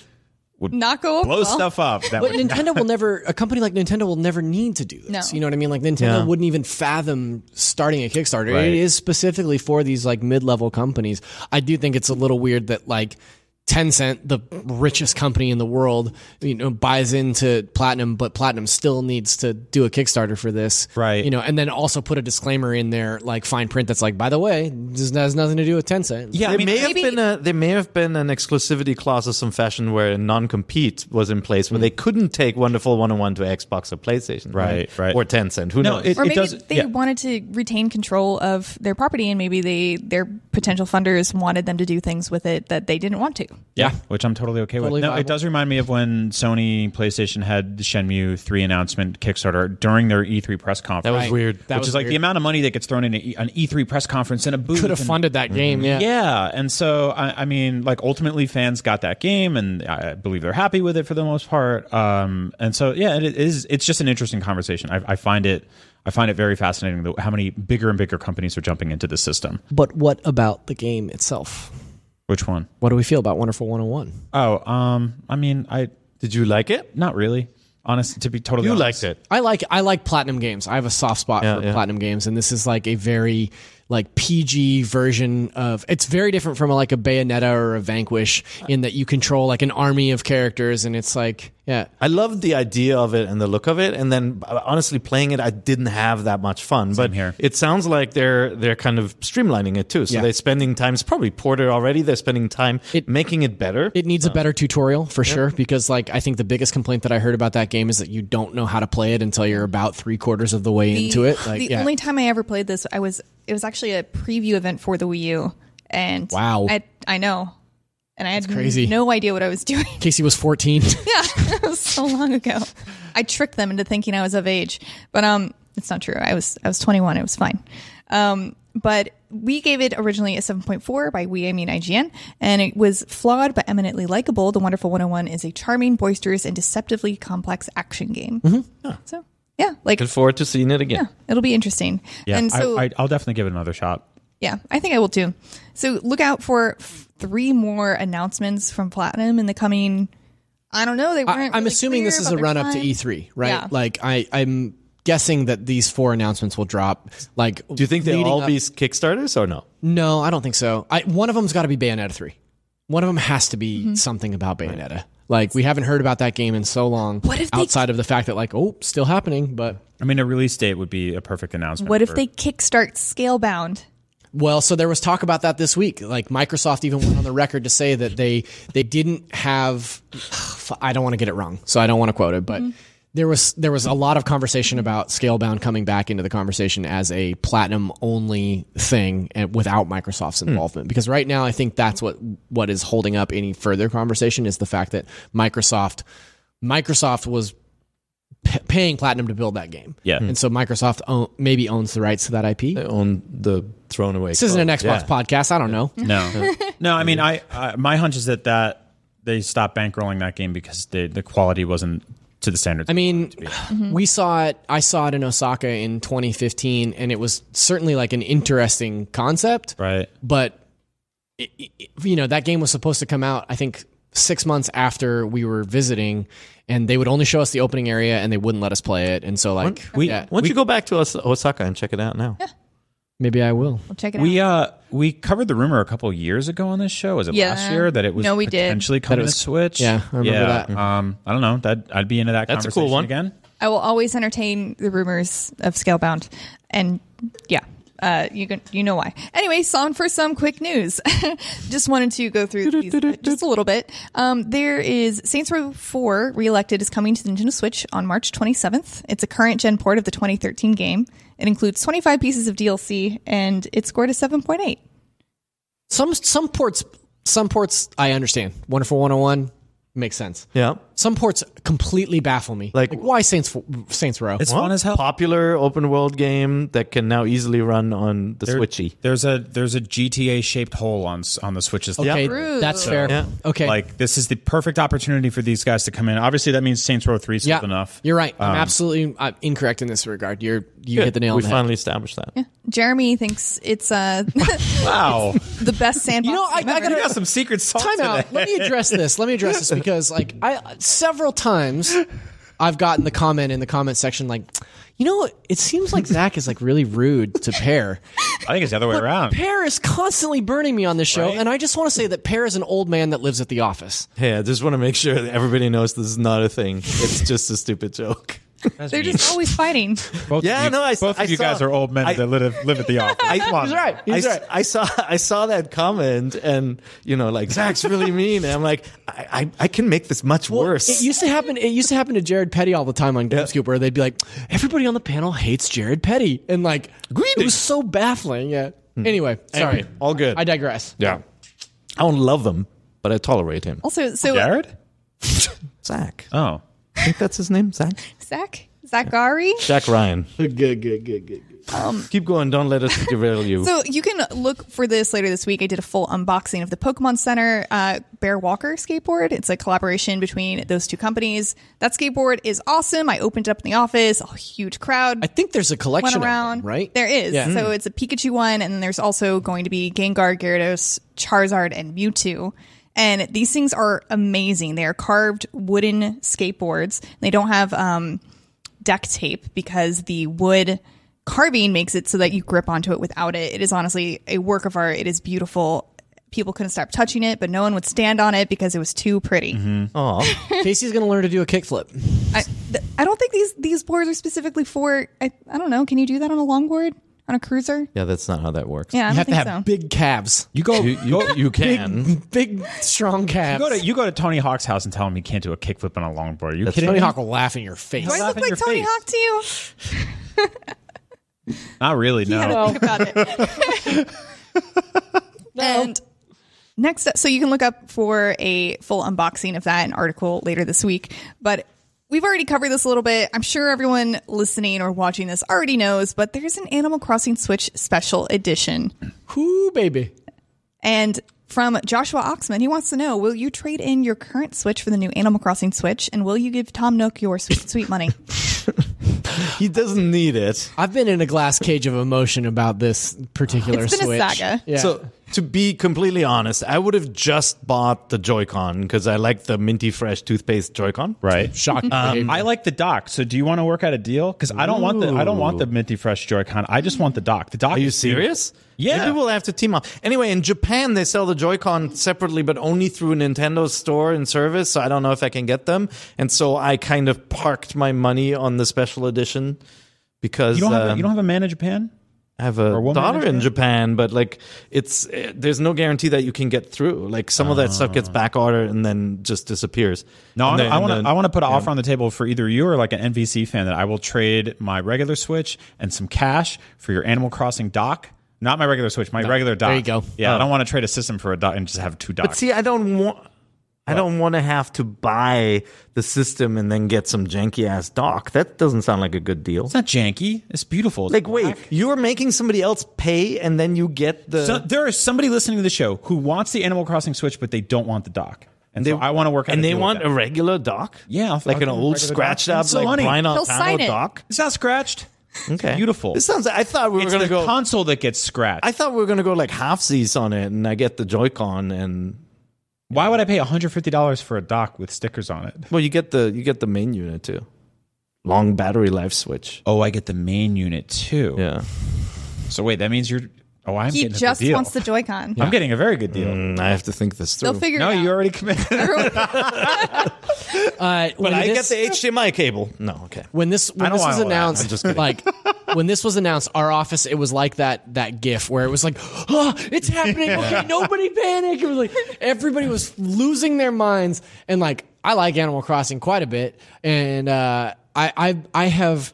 would
Not go over
blow
well.
stuff up. That
but
would,
nintendo will never a company like nintendo will never need to do this
No.
you know what i mean like nintendo
Yeah.
wouldn't even fathom starting a kickstarter
Right.
it is specifically for these like mid-level companies i do think it's a little weird that like Tencent, the richest company in the world, you know, buys into Platinum, but Platinum still needs to do a Kickstarter for this,
Right.
You know, and then also put a disclaimer in there, like fine print, that's like, by the way, this has nothing to do with Tencent.
yeah, I
there
mean,
may
maybe-
have been a there may have been an exclusivity clause of some fashion where a non compete was in place, where they
Mm.
couldn't take Wonderful 101 to Xbox or PlayStation,
Right, right.
or Tencent. Who
No,
knows?
it-
or maybe
does-
they
yeah.
wanted to retain control of their property, and maybe they their potential funders wanted them to do things with it that they didn't want to.
Yeah, which I'm totally okay
Totally
with. No,
viable.
it does remind me of when Sony PlayStation had the Shenmue 3 announcement Kickstarter during their E3 press conference.
was Right. weird.
That
which
was
is like
weird.
the amount of money that gets thrown in an E3 press conference in a booth.
could have
and-
funded that
Mm-hmm.
game. Yeah.
Yeah, and so I, I mean, like ultimately, fans got that game, and I believe they're happy with it for the most part. Um, and so yeah, it is. It's just an interesting conversation. I, I find it. I find it very fascinating that how many bigger and bigger companies are jumping into this system.
But what about the game itself?
Which one?
What do we feel about Wonderful 101?
Oh, um, I mean, I
Did you like it?
not really. Honest, to be totally,
You
honest.
liked it.
I like I like platinum games. I have a soft spot
Yeah,
for
yeah.
platinum games, and this is like a very like PG version of. It's very different from like a Bayonetta or a Vanquish in that you control like an army of characters, and it's like Yeah.
I loved the idea of it and the look of it, and then uh, honestly playing it, I didn't have that much fun. but
here.
it sounds like they're they're kind of streamlining it too. So
Yeah.
they're spending time. It's probably ported already. They're spending time making it better.
It needs a better tutorial for sure because like I think the biggest complaint that I heard about that game is that you don't know how to play it until you're about three quarters of the way into it. Like
the
yeah.
only time I ever played this, I was it was actually a preview event for the Wii U, and
Wow.
I I know, and I had
crazy.
no idea what I was doing.
Casey was 14.
it was so long ago. I tricked them into thinking I was of age, but um, it's not true. I was I was 21. It was fine. Um, but we gave it originally a 7.4 by we I mean IGN, and it was flawed but eminently likable. The Wonderful 101 is a charming, boisterous, and deceptively complex action game.
Mm-hmm.
So yeah, like
Looking forward to seeing it again.
it'll be interesting.
Yeah,
and so
I, I, I'll definitely give it another shot.
yeah, I think I will too. So look out for f- three more announcements from Platinum in the coming. I don't know. They weren't.
I, am
really
assuming
clear
this is
about
a
their
run up to
time.
E3, right?
Yeah.
Like I, I'm guessing that these four announcements will drop. Like,
Do you think they'll
leading
all
up-
be Kickstarters or no?
No, I don't think so. I, one of them's got to be Bayonetta three. One of them has to be
Mm-hmm.
something about Bayonetta. Like we haven't heard about that game in so long.
What if they-
outside of the fact that like oh still happening, but
I mean, a release date would be a perfect announcement.
What if
for-
they kickstart Scalebound?
Well, so there was talk about that this week. Like Microsoft even went on the record to say that they they didn't have. I don't want to get it wrong, so I don't want to quote it, but. There was there was a lot of conversation about Scalebound coming back into the conversation as a platinum only thing and without Microsoft's involvement because right now I think that's what what is holding up any further conversation is the fact that Microsoft Microsoft was p- paying Platinum to build that game
Yeah.
and so Microsoft own, maybe owns the rights to that IP
On the thrown away.
this isn't an Xbox
Oh, Yeah.
podcast. I don't know.
No, no. I mean, I, I my hunch is that that they stopped bankrolling that game because they, the quality wasn't to the standards.
I mean, we saw it. I saw it in Osaka in 2015, and it was certainly like an interesting concept.
right?
But it, it- you know, that game was supposed to come out. I think six months after we were visiting, and they would only show us the opening area, and they wouldn't let us play it. And so, like,
We,
yeah,
Why don't you go back to Os- Osaka and check it out now?
maybe I will.
We'll check it
We
out.
uh we covered the rumor a couple of years ago on this show. Was it
Yeah.
last year that it was
No, we did.
potentially coming
was-
to Switch?
yeah, I remember
Yeah,
that.
Um, I don't know. That I'd be into that.
That's a
conversation
cool one.
again.
I will always entertain the rumors of Scalebound, and yeah, uh, you can you know why. Anyway, on for some quick news. just wanted to go through these uh, just a little bit. Um, there is Saints Row 4 Reelected is coming to the Nintendo Switch on March 27th. It's a current gen port of the 2013 game. It includes 25 pieces of DLC, and it scored a 7.8.
Some some ports, some ports, I understand. Wonderful 101 makes sense.
Yeah.
Some ports completely baffle me.
Like-
Like, why Saints Saints Row?
It's fun as hell.
Popular open world game that can now easily run on the
There-
Switchy.
There's a there's a GTA shaped hole on s- on the Switch's
okay,
True.
that's fair.
Yeah.
Okay,
Like this is the perfect opportunity for these guys to come in. Obviously, that means Saints Row Three is old enough. Um,
You're right. I'm absolutely i incorrect in this regard. You're you hit the nail on
we
the head.
finally established that.
Jeremy thinks it's uh,
Wow,
the best sandbox.
You know, I,
game
I
ever.
gotta
some secret sauce.
time out. Let me address this. Let me address this because like I several times I've gotten the comment in the comment section like, you know, it seems like Zach is like really rude to Pear.
I think it's the other way around.
Pear is constantly burning me on this show, and I just want to say that Pear is an old man that lives at the office.
Hey, I just want to make sure that everybody knows this is not a thing. It's just a stupid joke.
They're just always fighting.
Both
Yeah,
of you,
no, I s-
both
I
of you guys
saw-
are old men
I-
that live, live at the office. Come on.
I,
He's
s-
right.
I saw I saw that comment and you know like Zach's really mean and I'm like I I, I can make this much worse.
It used to happen. It used to happen to Jared Petty all the time on GameScoop, where they'd be like, "Everybody on the panel hates Jared Petty," and like, it was so baffling. Yeah. Anyway, sorry.
Anyway, Hmm. all good.
I digress.
yeah, I don't love him, but I tolerate
Oh,
him.
Also, so
Jared.
Zach, I
Oh,
think that's his name. Zach.
Zach Zachary.
Zach Ryan. Good, good, good, good, good. Keep going. Don't let us derail you.
Um, So you can look for this later this week. I did a full unboxing of the Pokemon Center uh, Bear Walker skateboard. It's a collaboration between those two companies. That skateboard is awesome. I opened it up in the office. A huge crowd
I think there's a
went
collection
around.
of them, right?
there is.
Yeah. Mm.
So it's a Pikachu one, and then there's also going to be Gengar, Gyarados, Charizard, and Mewtwo. And these things are amazing. They are carved wooden skateboards. They don't have um, duct tape because the wood carving makes it so that you grip onto it without it. It is honestly a work of art. It is beautiful. people couldn't stop touching it, but no one would stand on it because it was too pretty.
Mm-hmm. Casey's gonna learn to do a kickflip.
I, th- I don't think these these boards are specifically for. I, I don't know. Can you do that on a longboard on a cruiser?
Yeah, that's not how that works.
Yeah, I don't
You have to
think
have
so.
big calves.
You go.
You, you, you can.
Big, big, strong
You
calves.
go to you go to Tony Hawk's house and tell him he can't do a kickflip on a longboard. Are you kidding?
Tony
me?
Hawk will laugh in your face.
Do I
laugh
look like
in your
Tony
face.
Hawk to you?
Not really.
I had
No.
to think about it. And next up, so you can look up for a full unboxing of that an article later this week. But we've already covered this a little bit. I'm sure everyone listening or watching this already knows, but there's an Animal Crossing Switch special edition.
Whoo, baby.
And from Joshua Oxman, he wants to know Will you trade in your current Switch for the new Animal Crossing Switch? And will you give Tom Nook your sweet, sweet money?
He doesn't need it.
I've been in a glass cage of emotion about this particular
It's been a
switch.
saga.
Yeah.
So to be completely honest, I would have just bought the Joy-Con because I like the minty fresh toothpaste Joy-Con.
Right.
Shocking.
um,
behavior.
I like the dock. So do you want to work out a deal? Because I don't want the I don't want the minty fresh Joy-Con. I just want the dock. The dock.
Are you
is huge.
serious?
Yeah.
Maybe we'll have to team up. Anyway, in Japan, they sell the Joy-Con separately, but only through Nintendo's store and service. So I don't know if I can get them. And so I kind of parked my money on the special edition because
You don't have a,
um,
you don't have a man in Japan.
I have a
woman
daughter
in
in Japan, but like it's eh, there's no guarantee that you can get through. Like some of that stuff gets back ordered and then just disappears.
No,
And
I-
then-
I want
and
to. I
then-
want to put an offer on the table for either you or like an NVC fan that I will trade my regular Switch and some cash for your Animal Crossing dock. Not my regular Switch, my regular dock.
There you go.
Yeah, I don't want to trade a system for a dock and just have two docks.
Oh. But see, I don't want. I don't want to have to buy the system and then get some janky ass dock. That doesn't sound like a good deal.
it's not janky. It's beautiful. It's
Like, wait, you're making somebody else pay and then you get the.
So there is somebody listening to the show who wants the Animal Crossing Switch, but they don't want the dock, and so I want to work. Out
and
a
they
deal with
want
them.
a regular dock.
Yeah, I'll-
like
I'll
an
give them a
old
regular dock.
scratched
And
up
so
like
honey.
Brian
He'll sign
Altano
it.
dock.
It's not scratched.
Okay,
beautiful.
This sounds. I thought we were
it's
gonna
the
go.
console that gets scratched.
I thought we were gonna go like halfsies on it, and I get the Joy-Con, and
Why would I pay one hundred fifty dollars for a dock with stickers on it?
well, you get the you get the main unit too. Long battery life switch.
Oh, I get the main unit too.
Yeah,
So wait, that means you're. Oh, I'm
he
getting
just
a good deal.
wants the Joy-Con.
I'm getting a very good deal.
Mm, I have to think this
They'll
through.
figure
No,
it out.
you already committed.
Uh,
but
when
I get
this-
the HDMI cable. No, okay.
when this when
don't
this was
want all that.
announced,
I'm just kidding.
like when this was announced, our office it was like that that GIF where it was like, oh, it's happening. Okay, nobody panic. It was like everybody was losing their minds. And like I like Animal Crossing quite a bit, and uh, I I I have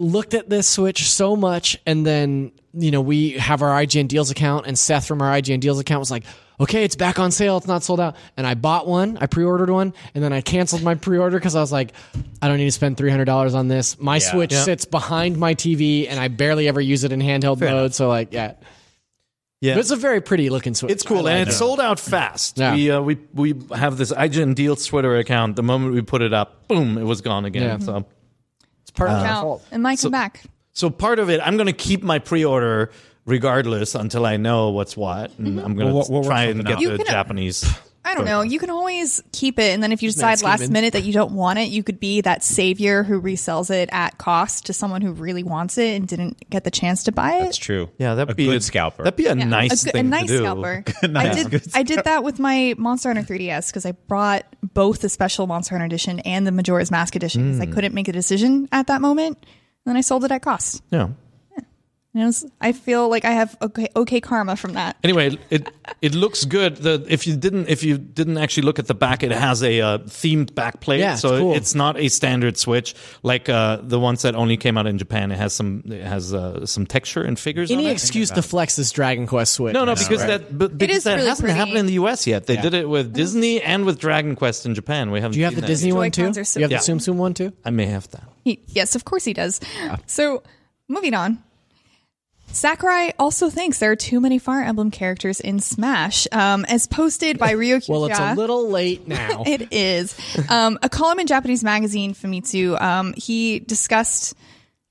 looked at this Switch so much, and then you know we have our IGN Deals account, and Seth from our IGN Deals account was like, "Okay, it's back on sale. It's not sold out." And I bought one, I pre-ordered one, and then I canceled my pre-order because I was like, "I don't need to spend three hundred dollars on this." My Switch sits behind my TV, and I barely ever use it in handheld mode. So like, yeah,
Yeah.
But it's a very pretty looking Switch.
It's cool,
I like
and it sold out fast.
Yeah.
We, uh, we we have this IGN Deals Twitter account. The moment we put it up, boom, it was gone again.
Yeah.
So,
It's part of
Now,
fault.
it might come back.
so part of it, I'm going to keep my pre-order regardless until I know what's what, and I'm going to
We'll- we'll work
try
something
and get
out.
Mm-hmm. You
the
can-
Japanese.
I don't know. You can always keep it, and then if you decide last
scheming.
minute that you don't want it, you could be that savior who resells it at cost to someone who really wants it and didn't get the chance to buy it.
That's true.
Yeah, that'd
a
be
good
a,
scalper.
That'd be a nice
a, good- a
thing
nice
to do.
scalper.
Nice.
I did. I did that with my Monster Hunter 3DS because I brought both the special Monster Hunter edition and the Majora's Mask edition because I
Hmm.
couldn't make a decision at that moment, and then I sold it at cost.
Yeah.
And it was, I feel like I have okay, okay karma from that.
Anyway, it it looks good. The if you didn't if you didn't actually look at the back, it has a uh, themed back plate.
Yeah, it's
so
cool.
it's not a standard Switch like uh, the ones that only came out in Japan. It has some it has uh, some texture and figures. on
Any
it.
excuse to flex this Dragon Quest Switch?
No, no, because that but because
is
that
really
hasn't
pretty.
happened in the U.S. yet. They did it with Disney and with Dragon Quest in Japan. We haven't.
Do you have the
seen that
Disney
yet.
one too?
Joy-Cons
Do
are so
you have the
cool.
Tsum Tsum one too?
I may have that.
He, yes, of course he does. So, moving on. Sakurai also thinks there are too many Fire Emblem characters in Smash, um, as posted by Ryokyu.
Well, it's
Ja.
a little late now.
It is. Um, a column in Japanese magazine Famitsu, um, he discussed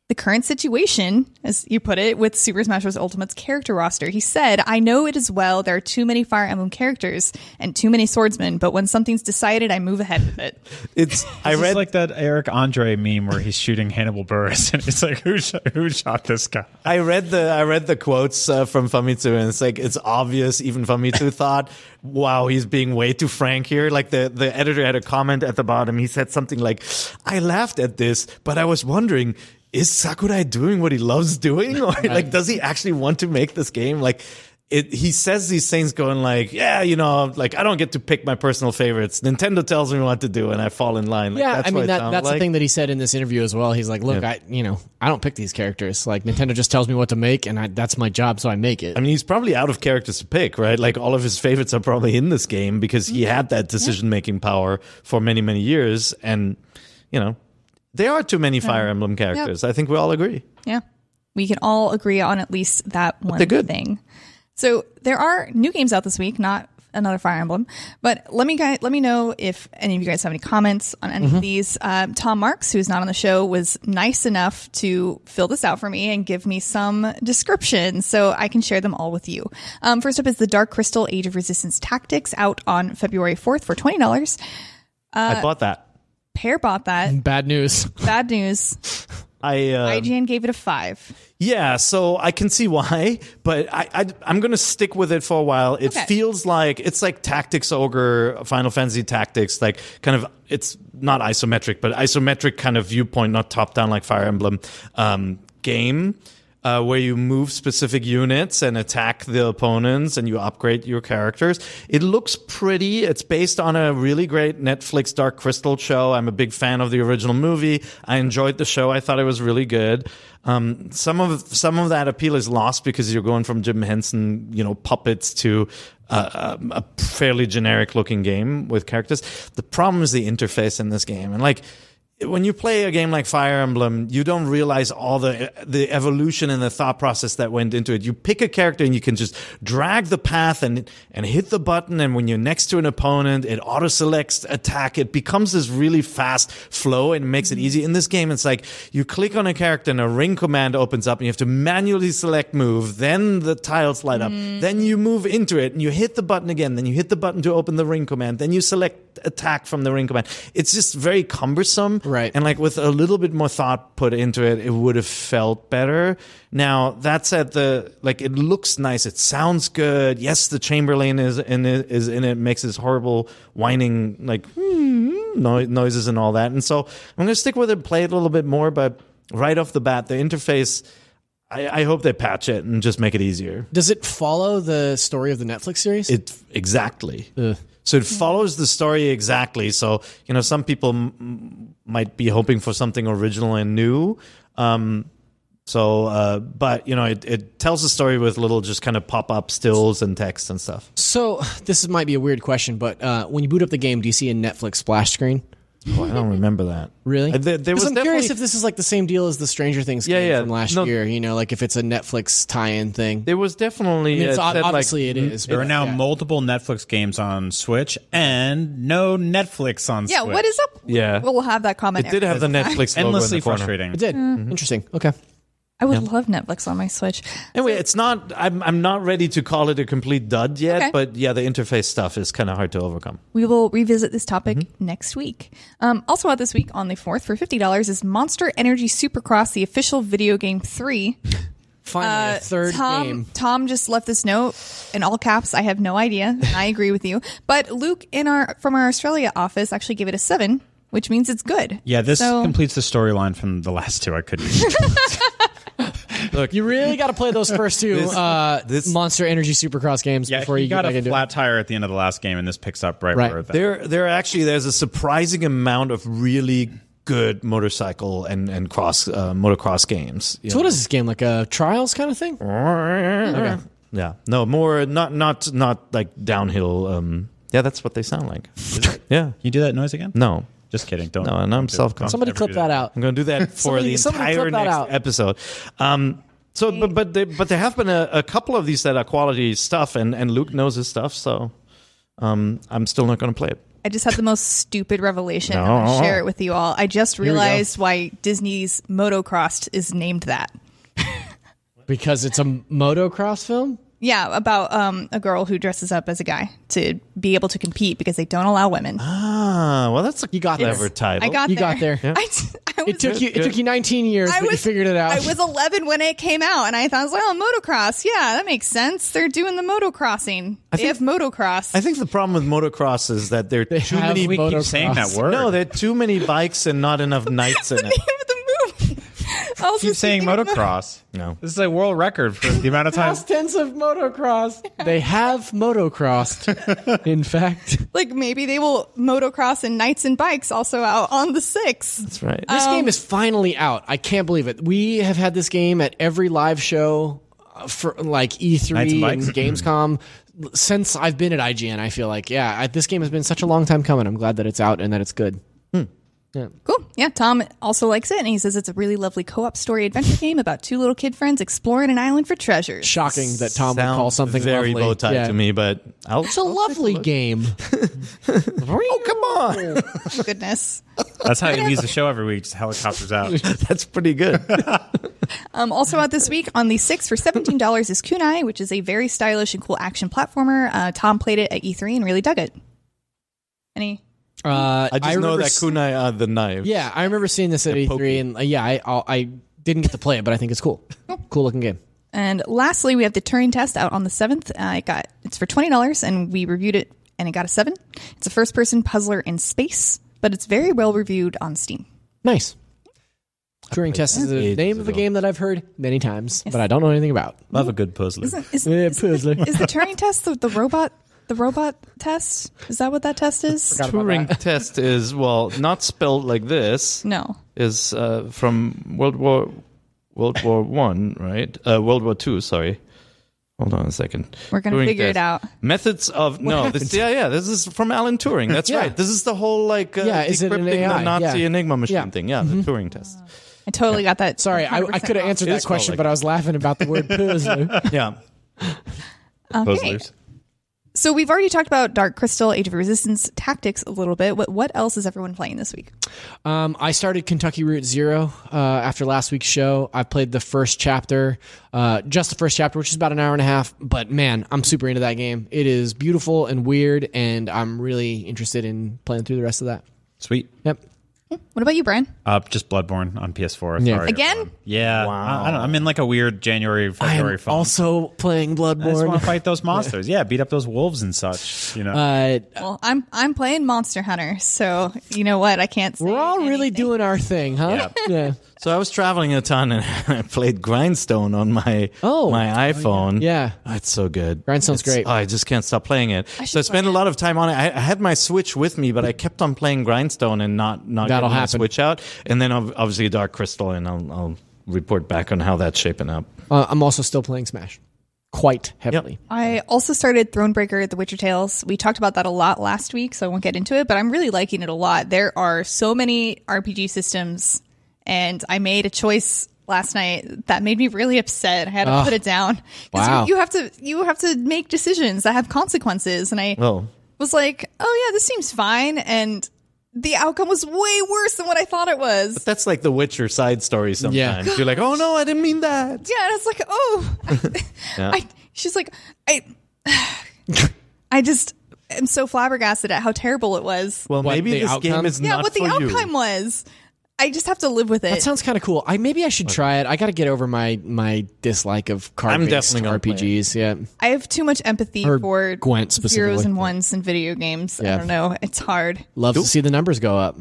the current situation, as you put it, with Super Smash Bros. Ultimate's character roster. He said, I know it is well. There are too many Fire Emblem characters and too many swordsmen, but when something's decided, I move ahead with it.
It's
I read like that Eric Andre meme where he's shooting Hannibal Burris, and it's like who shot, who shot this guy?
I read the I read the quotes uh, from Famitsu, and it's like it's obvious. Even Famitsu thought, "Wow, he's being way too frank here." Like the the editor had a comment at the bottom. He said something like, "I laughed at this, but I was wondering." Is Sakurai doing what he loves doing, or like does he actually want to make this game? Like, it, he says these things, going like, "Yeah, you know, like I don't get to pick my personal favorites. Nintendo tells me what to do, and I fall in line." Like,
yeah,
that's
I
what
mean
it
that,
sounds
that's the
like.
thing that he said in this interview as well. He's like, "Look, I you know I don't pick these characters. Like Nintendo just tells me what to make, and I, that's my job, so I make it."
I mean, he's probably out of characters to pick, right? Like all of his favorites are probably in this game because he had that decision making power for many, many years. And, you know, there are too many Fire Emblem characters. I think we all agree.
Yeah. We can all agree on at least that one
they're good.
thing. So there are new games out this week, not another Fire Emblem. But let me guys, let me know if any of you guys have any comments on any
Mm-hmm.
of these. Um, Tom Marks, who's not on the show, was nice enough to fill this out for me and give me some descriptions so I can share them all with you. Um, first up is the Dark Crystal Age of Resistance Tactics out on February 4th for $20.
I bought that.
Pear bought that.
Bad news.
Bad news.
I uh,
IGN gave it a five.
yeah, so I can see why, but I, I I'm gonna stick with it for a while. It
Okay.
feels like it's like Tactics Ogre, Final Fantasy Tactics, like kind of it's not isometric, but isometric kind of viewpoint, not top down like Fire Emblem um, game. uh, where you move specific units and attack the opponents and you upgrade your characters. It looks pretty. It's based on a really great Netflix Dark Crystal show. I'm a big fan of the original movie. I enjoyed the show. I thought it was really good. Um, some of some of that appeal is lost because you're going from Jim Henson, you know, puppets to uh, um, a fairly generic looking game with characters. The problem is the interface in this game, and like when you play a game like Fire Emblem, you don't realize all the the evolution and the thought process that went into it. You pick a character and you can just drag the path and and hit the button, and when you're next to an opponent, it auto selects attack. It becomes this really fast flow and makes it easy. In this game, it's like you click on a character and a ring command opens up, and you have to manually select move. Then the tiles light up. Then you move into it and you hit the button again. Then you hit the button to open the ring command. Then you select attack from the ring command. It's just very cumbersome.
Right.
And like with a little bit more thought put into it, it would have felt better. Now that said, the like it looks nice, it sounds good. Yes, the Chamberlain is in it, is in it, makes this horrible whining like hmm, no- noises and all that. And so I'm gonna stick with it, play it a little bit more, but right off the bat, the interface. I, I hope they patch it and just make it easier.
Does it follow the story of the Netflix series?
It exactly. So it follows the story exactly. So you know, some people m- m- might be hoping for something original and new. Um, so, uh, but you know, it, it tells the story with little just kind of pop up stills and text and stuff.
so this might be a weird question, but uh, when you boot up the game, do you see a Netflix splash screen?
Oh, I don't remember that.
Really?
Uh, There, there was
Because I'm curious
definitely-
if this is like the same deal as the Stranger Things game
yeah.
from last
No.
year. You know, like if it's a Netflix tie-in thing.
there was definitely.
I mean, it's
it
ob-
said, like- mm-hmm.
obviously it is.
There
but-
are now
yeah.
multiple Netflix games on Switch and no Netflix on
Yeah,
Switch.
what is up?
Yeah.
We'll have that comment.
it did have the Netflix logo in
endlessly
the corner.
frustrating?
It did.
Mm-hmm.
Interesting. Okay.
I would love Netflix on my Switch.
Anyway, it's not. I'm I'm not ready to call it a complete dud yet,
Okay.
but yeah, the interface stuff is kind of hard to overcome.
We will revisit this topic next week. Um, also out this week on the 4th for $50 is Monster Energy Supercross, the official video game 3.
Finally,
Uh,
a third
Tom,
game.
Tom just left this note in all caps. I have no idea. and I agree with you. But Luke in our from our Australia office actually gave it a 7, which means it's good.
Yeah, this
So-
completes the storyline from the last two. I couldn't.
You really got to play those first two uh, Monster Energy Supercross games
yeah,
before
he
you
got
get back
a
into
flat tire at the end of the last game, and this picks up right,
Right.
where that.
There, there are actually there's a surprising amount of really good motorcycle and and cross uh, motocross games. you
it. So what
know.
is this game like a trials kind of thing?
Yeah, no more not not not like downhill. Um, yeah, that's what they sound like. yeah,
you do that noise again?
no,
Just kidding. Don't.
no, and I'm self
Somebody
conscious.
clip that out.
I'm going to do that for
Somebody-
the
somebody clip
entire
that
next
out.
episode. Um, so, but but there, but there have been a, a couple of these that are quality stuff, and and Luke knows his stuff, so um, I'm still not going to play it.
I just had the most stupid revelation.
No.
I want to share it with you all. I just
Here we go.
realized why Disney's Motocross is named that.
because it's a motocross film.
Yeah, about um, a girl who dresses up as a guy to be able to compete because they don't allow women.
Ah, well, that's a you got
It's-
clever title.
I got
You
there.
got there.
Yeah.
I, t- I was,
It took you. It took you 19 years,
I
but you
was-
figured it out.
I was 11 when it came out, and I thought, well, motocross. Yeah, that makes sense. They're doing the motocrossing. They have motocross.
I think the problem with motocross is that there are too
have
many.
We keep
Motocross.
saying that word.
No, there are too many bikes and not enough knights in it.
I was
keep
just
saying
thinking of
motocross.
No.
This is a world record for the amount of time.
Past tense of motocross. They have motocrossed. In fact,
Like maybe they will motocross and knights and bikes also out on the sixth.
That's right.
this game is finally out. I can't believe it. We have had this game at every live show uh, for like
Knights and
E3 and
Bikes.
Gamescom since I've been at IGN. I feel like yeah, I, this game has been such a long time coming. I'm glad that it's out and that it's good.
Cool. Yeah, Tom also likes it, and he says it's a really lovely co-op story adventure game about two little kid friends exploring an island for treasures.
Shocking that Tom would
Sounds
call something
very
lovely.
bow tie
Yeah.
to me, but I'll.
It's a lovely game.
oh come on,
Goodness.
That's how you leave the show every week. Just helicopters out.
that's pretty good.
Um, also out this week on the 6th for $17 is Kunai, which is a very stylish and cool action platformer. Uh, Tom played it at E3 and really dug it. Any?
Uh,
I just know
remember
that
s-
kunai are the knives.
Yeah, I remember seeing this at E3,
pokey.
and uh, yeah, I, I'll- I didn't get to play it, but I think it's cool. cool looking game.
And lastly, we have the Turing test out on the 7th. Uh, it got It's for $20, and we reviewed it, and it got a 7. It's a first person puzzler in space, but it's very well reviewed on Steam.
Nice. Turing Test is the
Ages
name of a
ago.
game that I've heard many times, but I don't know anything about.
love a good puzzler.
Is,
Yeah,
is, the-
puzzler.
is the Turing test the, the robot? The robot test? Is that what that test is?
Turing test is well not spelled like this.
No.
Is uh, from World War World War One, right? Uh, World War Two. Sorry. Hold on a second.
We're gonna
Turing
figure it out.
test. Methods of no, this, yeah, yeah. This is from Alan Turing. That's
Yeah.
right. This is the whole like uh,
Yeah, is it an
decrypting
AI?
the Nazi
Yeah. Mm-hmm.
enigma machine
Yeah.
thing. Yeah, the Turing test.
I totally got that.
Sorry, I, I
100%
could have
wrong.
answered
It
that
is called
question,
like
but I was laughing about the word puzzler.
Yeah.
Okay. So we've already talked about Dark Crystal, Age of Resistance, Tactics a little bit. What what else is everyone playing this week?
Um, I started Kentucky Route Zero uh, after last week's show. I played the first chapter, uh, just the first chapter, which is about an hour and a half. But man, I'm super into that game. It is beautiful and weird, and I'm really interested in playing through the rest of that.
Sweet.
Yep.
What about you, Brian?
Uh, just Bloodborne on PS4.
Yeah.
Sorry,
Again?
everyone. Yeah. I, I don't know. I'm in like a weird January, February
I'm
phone.
also playing
I just want
Bloodborne.
to fight those monsters. yeah. beat up those wolves and such. You know,
Uh,
Well, I'm I'm playing Monster Hunter, so you know what? I can't. Say
we're all really
anything.
doing our thing, huh? Yeah. yeah.
So I was traveling a ton and I played Grindstone on my
Oh.
my iPhone. Oh, it's so good.
Grindstone's
It's-
great.
oh, I just can't stop playing it. So I spent a lot of time on it. I, I had my Switch with me, but I kept on playing Grindstone and not not
That'll
getting my
happen.
Switch out. And then ob- obviously Dark Crystal, and I'll, I'll report back on how that's shaping up.
Uh, I'm also still playing Smash quite heavily.
I also started Thronebreaker: The Witcher Tales. We talked about that a lot last week, so I won't get into it. But I'm really liking it a lot. There are so many RPG systems, and I made a choice last night that made me really upset. I had to put it down because
Wow.
you have to you have to make decisions that have consequences, and I
Oh,
was like, oh yeah, this seems fine. And the outcome was way worse than what I thought it was.
that's like the Witcher side story. Sometimes you're like, oh no, I didn't mean that.
Yeah, and I was like, oh. I, she's like, I, I just am so flabbergasted at how terrible it was.
Well,
What,
maybe
the
this
outcome?
game is
yeah,
not
what the
for
outcome
you.
was. I just have to live with it.
That sounds kind of cool. I maybe I should try it. I got to get over my my dislike of card based
definitely gonna play
RPGs. Yeah,
I have too much empathy
Or
for
Gwent
zeros
specifically.
and ones in video games. I
Yeah.
don't know. It's hard.
love to see the numbers go up.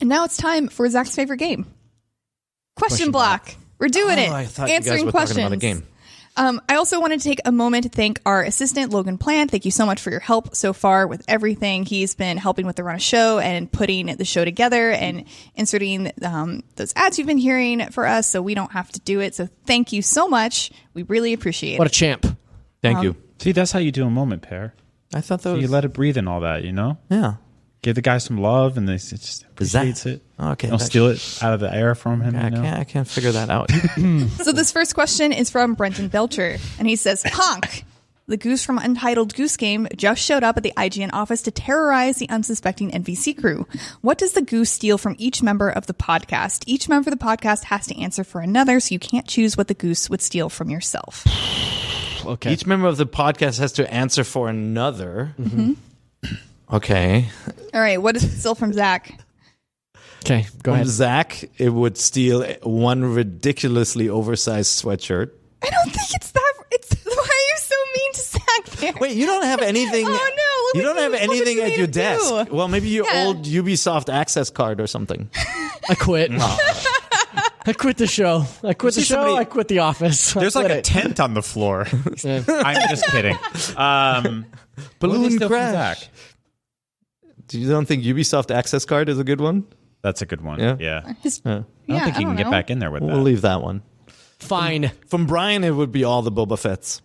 And now it's time for Zach's favorite game. Question, block. We're doing it.
Oh, I thought
Answering
you guys were
questions.
talking about a game.
Um, I also wanted to take a moment to thank our assistant, Logan Plant. Thank you so much for your help so far with everything. He's been helping with the run of show and putting the show together and inserting um, those ads you've been hearing for us so we don't have to do it. So thank you so much. We really appreciate
What a
it.
champ!
Thank
Um,
you.
see, that's how you do a moment pair.
I thought that
So you
was
let it breathe and all that. You know,
yeah.
give the guy some love, and they s- just appreciates
that-
it.
okay,
don't
that-
steal it out of the air from him.
I
you know?
can't, I can't figure that out.
So this first question is from Brenton Belcher, and he says, Honk. The goose from Untitled Goose Game just showed up at the IGN office to terrorize the unsuspecting NVC crew. What does the goose steal from each member of the podcast? Each member of the podcast has to answer for another, so you can't choose what the goose would steal from yourself.
Okay. Each member of the podcast has to answer for another. Okay.
All right, what does it steal from Zach?
Okay.
go
From
ahead.
Zach, it would steal one ridiculously oversized sweatshirt.
I don't think it's that. It's why are you so mean to Zach? There.
Wait, you don't have anything.
oh no!
you
look
don't
what-
have
look what
anything
you
at
made
your
him do.
desk. Well, maybe your
Yeah.
old Ubisoft access card or something.
I quit. I quit the show. I quit
Oh. See
the show.
somebody-
I quit the office.
There's
I
like
quit
a
it.
tent on the floor.
Yeah.
I'm just kidding. Um, what did they
Balloon
steal from
crash.
Zach?
Do you don't think Ubisoft access card is a good one?
That's a good one.
Yeah.
His-
Yeah.
I don't
Yeah,
think
I
you can
don't
get
know.
back in there with
We'll
that.
leave that one.
Fine.
Uh, From Brian, it would be all the Boba Fetts.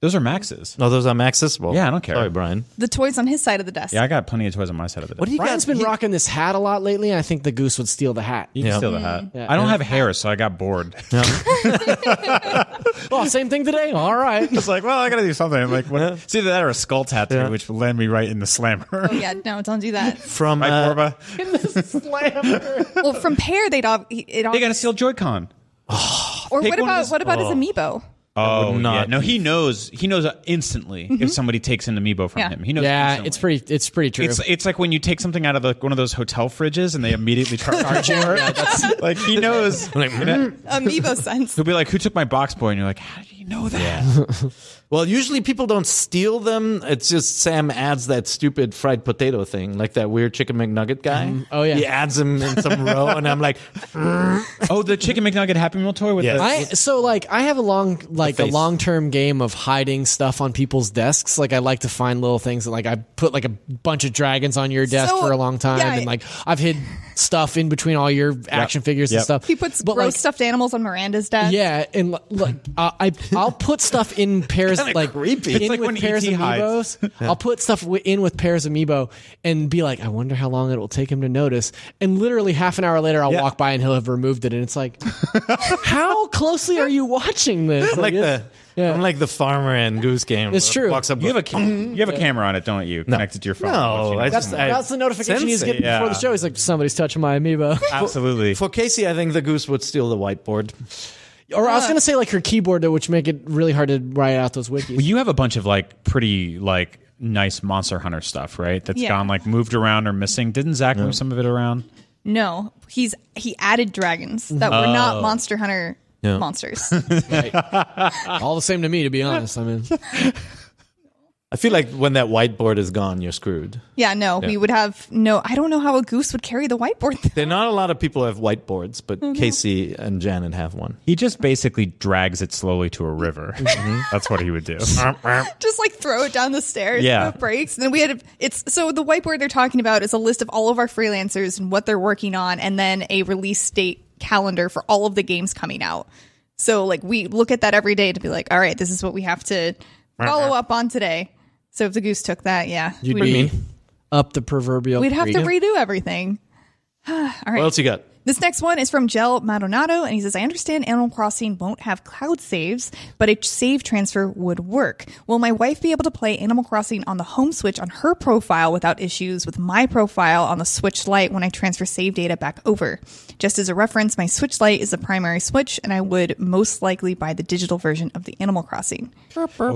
Those are maxes.
No, Oh, those are Maxis. Well,
Yeah, I don't care.
Sorry, Brian.
The toys on his side of the desk.
Yeah, I got plenty of toys on my side of the desk.
do you
Brian's been rocking this hat a lot lately, and I think the goose would steal the hat.
You can
Yeah.
steal the hat. I don't have hair, so I got bored.
Oh, same thing today. All right.
It's like, well, I got to do something. I'm like, what? It's either that or a skull tattoo, which will land me right in the slammer.
Oh yeah, no, don't do that.
From
Right,
uh,
Corva?
well, from Pear, they'd all. It all
They got to steal Joy-Con.
or
pick
what
one of
about
those-
what about his amiibo?
Oh,
would not
yeah. No, he knows. He knows uh, instantly if somebody takes an amiibo from
Yeah.
him. He knows.
Yeah,
instantly.
it's pretty. It's pretty true.
It's it's like when you take something out of like one of those hotel fridges and they immediately charge you for it. like he knows. You know,
Amiibo sense.
he'll be like, "Who took my box boy?" And you're like, "How did you know that?"
well, usually people don't steal them. It's just Sam adds that stupid fried potato thing, like that weird chicken McNugget guy.
oh, yeah.
he adds them in some row, and I'm like,
Oh, the chicken McNugget Happy Meal toy with
Yes.
the
I so like I have a long like
The
a
face.
long term game of hiding stuff on people's desks. Like I like to find little things that like I put like a bunch of dragons on your desk
So,
for a long time,
yeah, I-
and like I've hid stuff in between all your action figures
Yep.
and stuff.
He puts
But,
gross
like,
stuffed animals on Miranda's desk.
Yeah, and li- like I I, I'll put stuff in pairs
Kinda
like
creepy.
in
It's like E
with
when
pairs
E.T. hides.
amiibos. I'll put stuff wi- in with pairs amiibo and be like, I wonder how long it will take him to notice. And literally half an hour later, I'll
Yeah.
walk by and he'll have removed it. And it's like, how closely are you watching this?
I'm like
it's,
the, I'm like the farmer and goose game.
It's true.
Walks up,
You have a ca- you have a camera on it, don't you? Connected to your phone.
No,
Watching it.
I just I,
that's the notification he's
Sensei,
getting before the
yeah.
show. He's like, somebody's touching my amiibo.
absolutely.
For Casey, I think the goose would steal the whiteboard.
or I was gonna say like her keyboard, though, which make it really hard to write out those wikis.
Well, you have a bunch of like pretty like nice Monster Hunter stuff, right? That's
Yeah.
gone like moved around or missing. Didn't Zach move some of it around?
No, he's he added dragons that were not Monster Hunter monsters.
All the same to me, to be honest. I mean,
I feel like when that whiteboard is gone, you're screwed.
yeah, no, we would have no. I don't know how a goose would carry the whiteboard.
There are not a lot of people who have whiteboards, but
Mm-hmm.
Casey and Janet have one.
He just basically drags it slowly to a river. That's what he would do.
just like throw it down the stairs
Yeah.
yeah. breaks. And then we had it's so the whiteboard they're talking about is a list of all of our freelancers and what they're working on, and then a release date calendar for all of the games coming out. So like we look at that every day to be like, all right, this is what we have to follow up on today. So if the goose took that, yeah,
Uh-huh. you'd
we'd,
be up the proverbial.
we'd have to
creek.
redo everything. all right.
What else you got?
This next one is from Gel Madonado, and he says, I understand Animal Crossing won't have cloud saves, but a save transfer would work. Will my wife be able to play Animal Crossing on the home Switch on her profile without issues with my profile on the Switch Lite when I transfer save data back over? Just as a reference, my Switch Lite is the primary Switch, and I would most likely buy the digital version of the Animal Crossing. This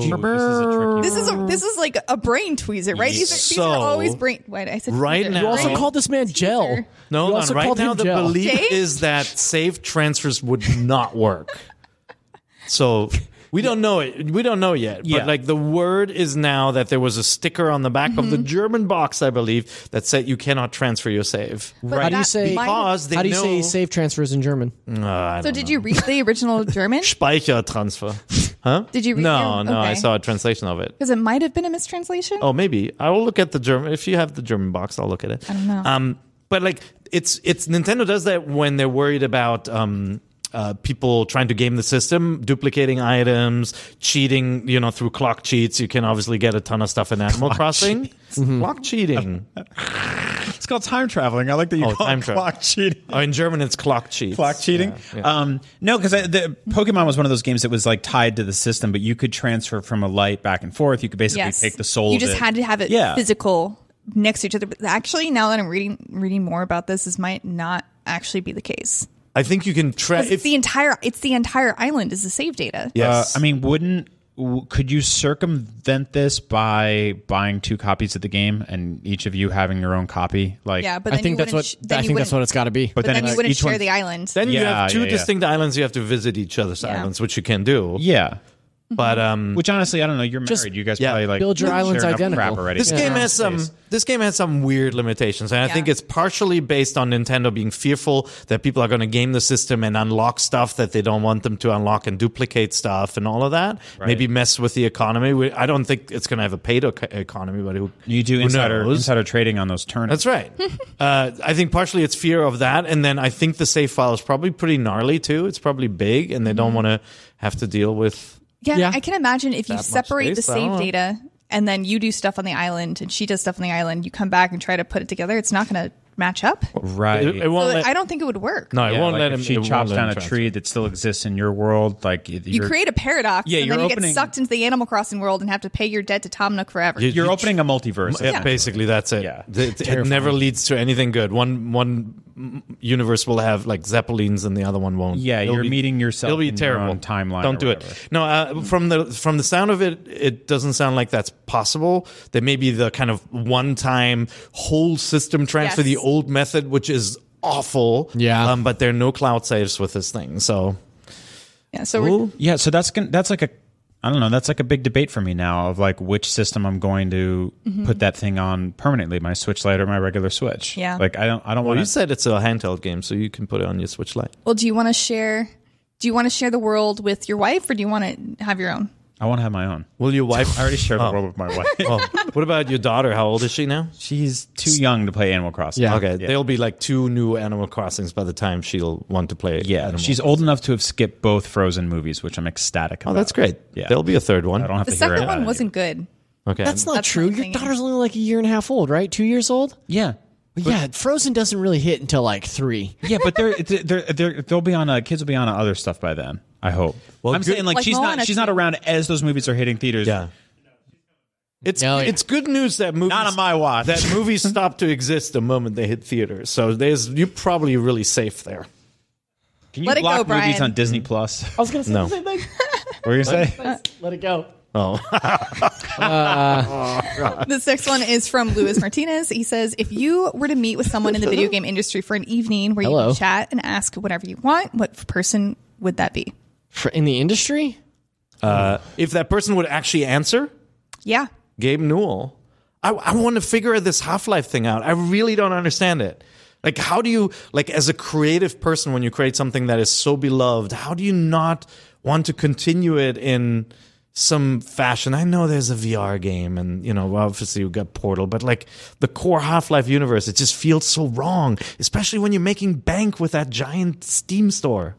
is a, this is like a brain tweezer, right? These are, these are
So-
always brain. Wait, I said
Right
tweezer.
now-
You also
Brain
called this man Gel.
tweezer.
No,
you
hold
also
on. Right
called
now,
him
the
Gel.
belief
Jake?
is that safe transfers would not work. so we don't know it. We don't know yet.
Yeah.
But like the word is now that there was a sticker on the back of
Mm-hmm.
the German box, I believe, that said you cannot transfer your save.
But
How do you
that-
say-
mine-
Because they
How do you
know
say save transfers in German?
Mm,
So did you read the original German?
Speichertransfer. Huh?
Did you read
No,
your-
no, I
okay.
saw a translation of it.
Because it might have been a mistranslation.
Oh, maybe I will look at the German. If you have the German box, I'll look at it. I don't know. Um, but like it's it's Nintendo does that when they're worried about um, uh, people trying to game the system, duplicating items, cheating. You know, through clock
Mm-hmm.
cheats, you can obviously get a ton of stuff in Animal Crossing. Clock cheating.
It's called time traveling. I like that you
Oh,
call
time
it
travel.
clock cheating.
Oh, in German, it's clock cheats.
Uh, Clock cheating.
Yeah, yeah.
Um, no, because the Pokemon was one of those games that was like tied to the system, but you could transfer from a light back and forth. You could basically
yes.
take the soul.
You
of
just
it.
had to have it
Yeah.
physical next to each other. But actually, now that I'm reading reading more about this, this might not actually be the case.
I think you can tra-
'Cause it's
if
the entire it's the entire island is the save data.
Yes.
Uh, I mean, wouldn't w- could you circumvent this by buying two copies of the game and each of you having your own copy? Like,
Yeah, but
I
then you
think that's
wouldn't
what
sh- then
I
you
think that's
wouldn't-
what it's got to be.
But
But then,
then
you
it's-
wouldn't
each
share
one-
the island.
then you
Yeah,
have two
yeah, yeah.
distinct islands you have to visit each other's
Yeah.
islands, which you can do.
yeah.
But um,
Which honestly, I don't know. You're married.
Just
you guys
yeah,
probably like
build your
share
islands
enough
identical.
crap already.
This
Yeah.
game has some. This game has some weird limitations, and I
Yeah.
think it's partially based on Nintendo being fearful that people are going to game the system and unlock stuff that they don't want them to unlock and duplicate stuff and all of that. Maybe mess with the economy. We- I don't think it's going to have a paid eco- economy, but who,
You do
who
insider
knows?
insider trading on those tournaments.
That's right. uh, I think partially it's fear of that, and then I think the save file is probably pretty gnarly too. It's probably big, and they don't want
Mm-hmm.
to have to deal with.
Yeah,
Yeah.
I can imagine if you
much
separate the
space, I
save
don't know.
data and then you do stuff on the island and she does stuff on the island, you come back and try to put it together, it's not going to match up.
Right.
It, it won't
So
let,
I don't think it would work.
no, it
Yeah,
won't
like
let
if
him. it
She
won't
chops
let him
down a
transfer.
tree that still exists in your world. Like
You create a paradox
Yeah,
and
you're
then you
opening-
get sucked into the Animal Crossing world and have to pay your debt to Tomnook forever.
You-
You're
you
opening a multiverse.
Yeah,
essentially.
basically that's it.
Yeah.
It- It, it never leads to anything good. One one mm, universe will have like zeppelins, and the other one won't.
Yeah,
It'll
you're
be-
meeting yourself
It'll be
in your
terrible.
own timeline
Don't
or
do
whatever.
it. No, uh, from the from the sound of it, it doesn't sound like that's possible. There may be the kind of one time whole system transfer,
Yes.
the old method, which is awful.
Yeah.
um, but there are no cloud saves with this thing, so
yeah, so we're,
Yeah, so that's gonna, that's like a I don't know, that's like a big debate for me now of like which system I'm going to
Mm-hmm.
put that thing on permanently, my Switch Lite or my regular Switch.
Yeah.
Like I don't I don't
Well, you
want to
said it's a handheld game, so you can put it on your Switch Lite.
well, do you want to share? Do you want to share the world with your wife, or do you want to have your own?
I want to have my own.
Will your wife?
I already shared the
Oh.
world with my wife.
Oh, what about your daughter? How old is she now?
She's too young to play Animal Crossing.
Yeah.
Okay, there'll be like two new Animal Crossings by the time she'll want to play.
Yeah.
Animal.
She's old enough to have skipped both Frozen movies, which I'm ecstatic
Oh,
about.
that's great.
Yeah.
There'll be a third one.
I don't have
The
to hear
second
it.
one wasn't good.
okay.
That's not
That's
true.
what I'm
Your
thinking.
daughter's only like a year and a half old, right? Two years old?
Yeah.
But yeah, Frozen doesn't really hit until like three.
Yeah, but they're, they're, they're, they'll be on uh, kids will be on uh, other stuff by then. I hope. Well, I'm
good-
saying like,
Like
she's
Moana
not she's not
too.
around as those movies are hitting theaters.
yeah. It's
No, yeah.
it's good news that movies
Not on my watch.
that movies stop to exist the moment they hit theaters. So there's you're probably really safe there.
Can you
Let it
block
go,
movies
Brian.
on Disney Plus?
I was gonna say
No.
the same thing.
What were you gonna say?
Let it go.
Oh,
This next one is from Luis Martinez. He says, If you were to meet with someone in the video game industry for an evening where you
Hello.
can chat and ask whatever you want, what person would that be?
For in the industry?
if that person would actually answer,
Yeah.
Gabe Newell. I, I want to figure this Half Life thing out. I really don't understand it. Like, how do you, like, as a creative person, when you create something that is so beloved, how do you not want to continue it in some fashion? I know there's a VR game, and, you know, obviously you got Portal, but like the core Half Life universe, it just feels so wrong, especially when you're making bank with that giant Steam store.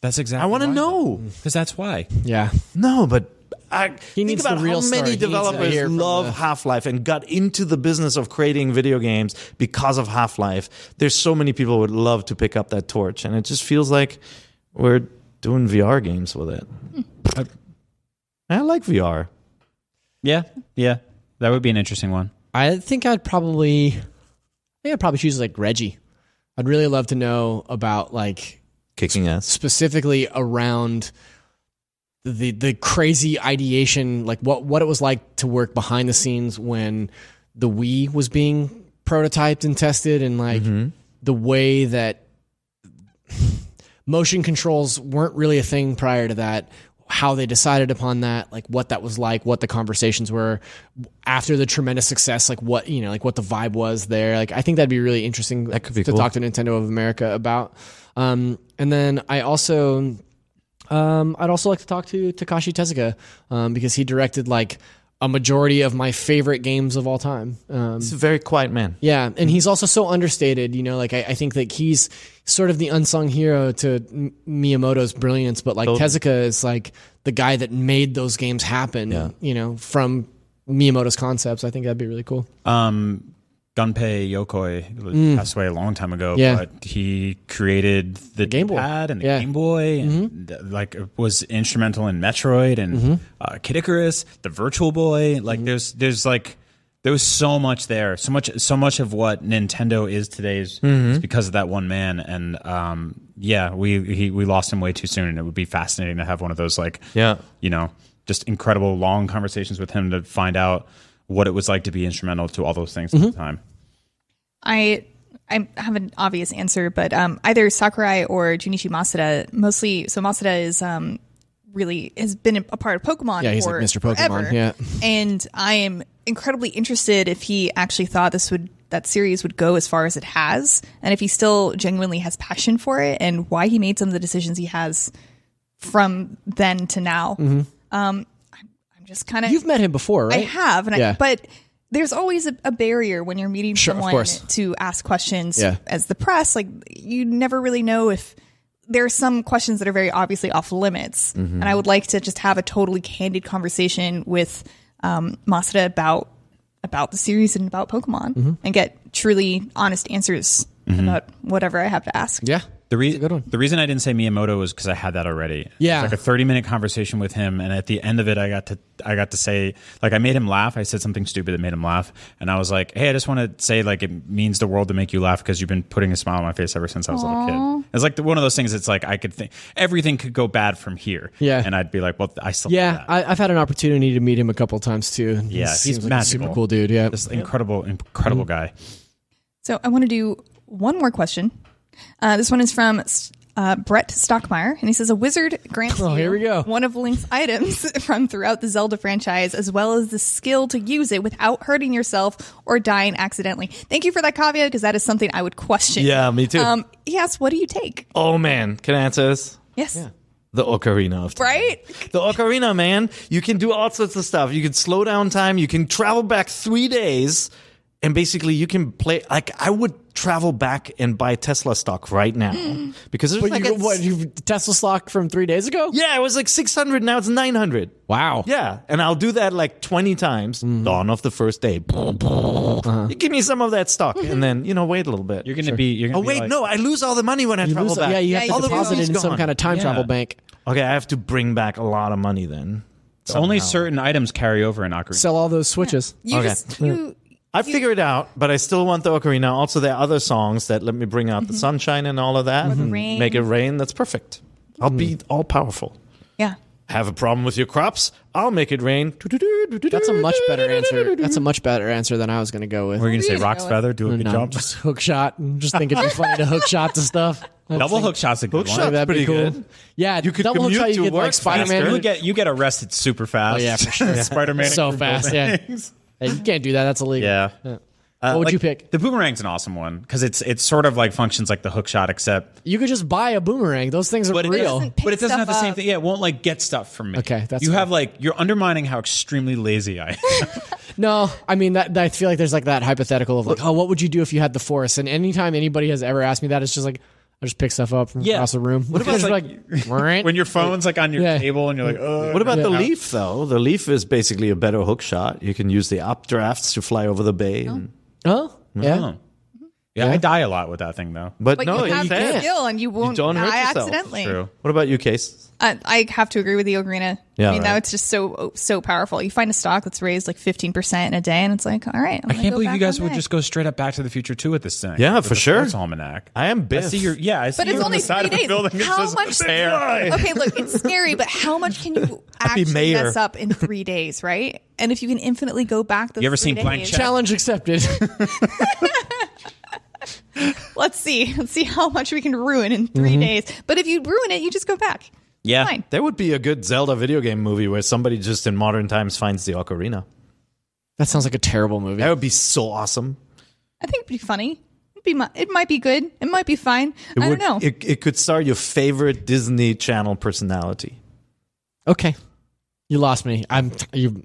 That's exactly.
I want to know.
because that's why.
Yeah.
No, but I think
needs
about
the real
how many
story. He needs to hear
developers
from
love
the-
Half Life and got into the business of creating video games because of Half Life. There's so many people who would love to pick up that torch, and it just feels like we're doing VR games with it.
Hmm.
I, I like VR.
Yeah, yeah, that would be an interesting one.
I think I'd probably I think I'd probably choose like Reggie. I'd really love to know about like
Kicking ass.
specifically around the the crazy ideation, like what what it was like to work behind the scenes when the Wii was being prototyped and tested, and like the way that motion controls weren't really a thing prior to that. How they decided upon that, like what that was like, what the conversations were after the tremendous success, like what you know, like what the vibe was there. Like I think that'd be really interesting that
could be
to
cool.
talk to Nintendo of America about. Um, and then I also um, I'd also like to talk to Takashi Tezuka um, because he directed like a majority of my favorite games of all time. Um,
He's a very quiet man.
yeah, and he's also so understated. You know, like I, I think that he's sort of the unsung hero to M- Miyamoto's brilliance, but like Tezuka is like the guy that made those games happen. You know, from Miyamoto's concepts. I think that'd be really cool.
Gunpei Yokoi who
Mm.
passed away a long time ago,
Yeah.
but he created the, Game Boy pad and the
Yeah.
Game Boy, and th- like was instrumental in Metroid and
Mhm.
uh, Kid Icarus, the Virtual Boy. Like there's there's like there was so much there, so much so much of what Nintendo is today is,
Mhm.
is because of that one man. And um, yeah, we he, we lost him way too soon, and it would be fascinating to have one of those like
Yeah.
you know, just incredible long conversations with him to find out what it was like to be instrumental to all those things at the time.
I I have an obvious answer, but um, either Sakurai or Junichi Masuda, mostly. So Masuda is um, really has been a part of Pokemon.
Yeah, he's like
for
Mr. Pokemon,
forever.
yeah.
and I am incredibly interested if he actually thought this would that series would go as far as it has, and if he still genuinely has passion for it, and why he made some of the decisions he has from then to now.
Mhm.
Um, I'm, I'm just kind of
You've met him before, right?
I have, and
Yeah.
I, but there's always a, a barrier when you're meeting
Sure, of
someone
course.
to ask questions
Yeah.
as the press. Like you never really know if there are some questions that are very obviously off limits,
Mhm.
Mm-hmm.
and I would like to just have a totally candid conversation with um, Masada about about the series and about Pokemon,
Mm-hmm.
Mhm.
and get truly honest answers
Mhm.
about whatever I have to ask.
Yeah.
The, re- the reason I didn't say Miyamoto was because I had that already.
Yeah.
It was like a thirty-minute conversation with him, and at the end of it, I got to I got to say like I made him laugh. I said something stupid that made him laugh, and I was like, "Hey, I just want to say like it means the world to make you laugh because you've been putting a smile on my face ever since I was a little
Aw.
kid." It's like the, one of those things. It's like I could think everything could go bad from here,
Yeah.
and I'd be like, "Well, I still
Yeah, I, I've had an opportunity to meet him a couple times too.
yeah,
He
he's
seems like a
magical,
super cool dude. Yeah,
just incredible, incredible
Mm.
guy."
So I want to do one more question. Uh, this one is from uh, Brett Stockmeyer, and he says a wizard grants
Oh,
you
here we go.
one of Link's items from throughout the Zelda franchise, as well as the skill to use it without hurting yourself or dying accidentally. Thank you for that caveat, because that is something I would question.
Yeah, me too.
Um, he asks, "What do you take?"
Oh man, can I answer this?
Yes,
The ocarina of
right.
The ocarina, man. You can do all sorts of stuff. You can slow down time. You can travel back three days, and basically you can play. Like I would travel back and buy Tesla stock right now because there's
Hmm. But
like
you,
a-
what you Tesla stock from three days ago?
Yeah, it was like six hundred. Now it's nine hundred.
Wow. Hmm.
Yeah, and I'll do that like twenty times. Dawn of the first day.
Uh-huh.
You give me some of that stock, and then you know wait a little bit. You're
gonna be. You're gonna
oh
be
wait,
like-
no, I lose all the money when I
You
travel
lose-
back.
yeah, you have Yeah, to you deposit do. it in some kind of time travel bank.
Okay, I have to bring back a lot of money then.
Only certain items carry over in Ocarina.
Sell all those switches.
You just- you-
I figured it out, but I still want the ocarina. Also, there are other songs that let me bring out the
Mhm.
sunshine and all of that,
Or the
and
rain.
make it rain. That's perfect. I'll be all powerful.
Yeah.
Have a problem with your crops? I'll make it rain.
That's a much better answer. That's a much better answer than I was going to go with.
We're gonna say Rock's feather, do a good
No,
job.
Just hook shot. Just think it'd be funny to hook shot to stuff. I
Double
think
hook shot's a good
hook
one.
shot's
That'd be
pretty
cool.
good. Yeah, you could double hook shot. You could like Spider Man.
You get you get arrested super fast.
Oh yeah, for sure.
Spider Man
so fast. Yeah. Hey, you can't do that. That's illegal.
Yeah. Uh,
what would you pick?
The boomerang's an awesome one because it's it's sort of like functions like the hook shot except
You could just buy a boomerang. Those things are real.
but it doesn't have the same thing. Yeah, it won't like get stuff from me.
Okay, that's
you have like you're undermining how extremely lazy I am.
No, I mean that. I feel like there's like that hypothetical of like, oh, what would you do if you had the force? And anytime anybody has ever asked me that, it's just like I just pick stuff up from
Yeah.
across the room.
What about,
It's
like- when your phone's like on your
Yeah.
table and you're like, oh,
What about the leaf though? The leaf is basically a better hook shot. You can use the updrafts to fly over the bay. And,
Oh, yeah.
Yeah, I die a lot with that thing though.
But,
But
no,
you have
can't.
the skill, and you won't
don't hurt
die
yourself.
accidentally.
What about you, Case?
I, I have to agree with the Ogrina.
Yeah,
I mean, now
right.
it's just so so powerful. You find a stock that's raised like fifteen percent in a day, and it's like, all right, I'm
I
gonna
can't
go
believe you
back
guys
on
would
that.
just go straight up Back to the Future two with this thing.
Yeah,
With
for
the
sure.
Sports Almanac.
I am
I
Biff.
see your yeah. I see
But it's
you on
only
the side
three
of the
days.
building. It
How
says,
much
"There."
Okay, look, it's scary, but how much can you
Happy
actually
mayor.
mess up in three days, right? And if you can infinitely go back, those
You ever
three
seen Blank
days-
Check?
Challenge accepted.
Let's see, let's see how much we can ruin in 3
Mm-hmm.
Mhm.
days. But if you ruin it, you just go back.
Yeah,
Fine.
there would be a good Zelda video game movie where somebody just in modern times finds the ocarina.
That sounds like a terrible movie.
That would be so awesome.
I think it'd be funny. It'd be, mi- it might be good. It might be fine.
It
I
would,
don't know.
It, it could star your favorite Disney Channel personality.
Okay, you lost me. I'm you.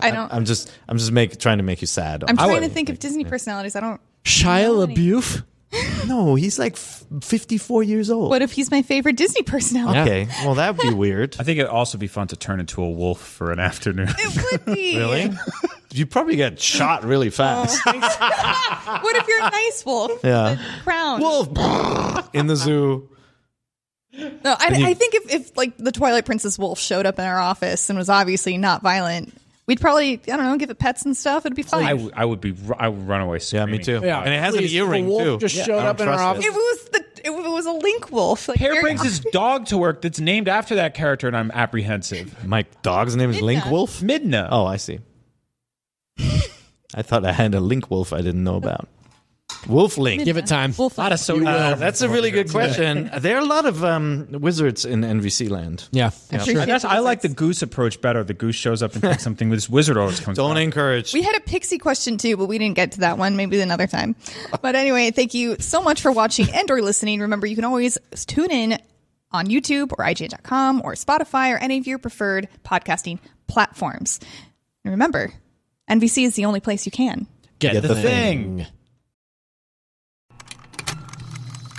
I don't.
I'm just, I'm just make, trying to make you sad.
I'm trying to think of Disney personalities. I don't.
Shia LaBeouf.
No, he's like f- 54 years old.
What if he's my favorite Disney personality?
Okay, well that would be weird.
I think it'd also be fun to turn into a wolf for an afternoon.
It would be.
Really? you probably get shot really fast.
What if you're a nice wolf?
Yeah.
Crown.
Wolf in the zoo.
No, I,
And you-
I think if, if like the Twilight Princess wolf showed up in our office and was obviously not violent, we'd probably I don't know give it pets and stuff. It'd be fine.
I, w- I would be. ru- I would run away. Screaming.
me too. Yeah, And it has an
please, if a
earring,
wolf
too.
Just
Yeah,
showed
I
up
don't
in our office.
trust it.
it was the it was a link wolf. Like
Pear
very-
brings his dog to work that's named after that character, and I'm apprehensive.
My dog's name is Link Wolf.
Midna.
Oh, I see. I thought I had a Link Wolf I didn't know about. Wolf Link.
Give it time.
wolf.
lot of soda.
Uh, that's a really good question. There are a lot of um, wizards in NVC land.
yeah.
I'm sure you
I
get
guess I
those.
like the goose approach better. The goose shows up and takes something. This wizard always comes.
Don't
back.
encourage.
We had a pixie question too, but we didn't get to that one. Maybe another time. But anyway, thank you so much for watching and or listening. Remember, you can always tune in on YouTube or IGN.com or Spotify or any of your preferred podcasting platforms. And remember, NBC is the only place you can.
Get,
Get
the,
the
thing.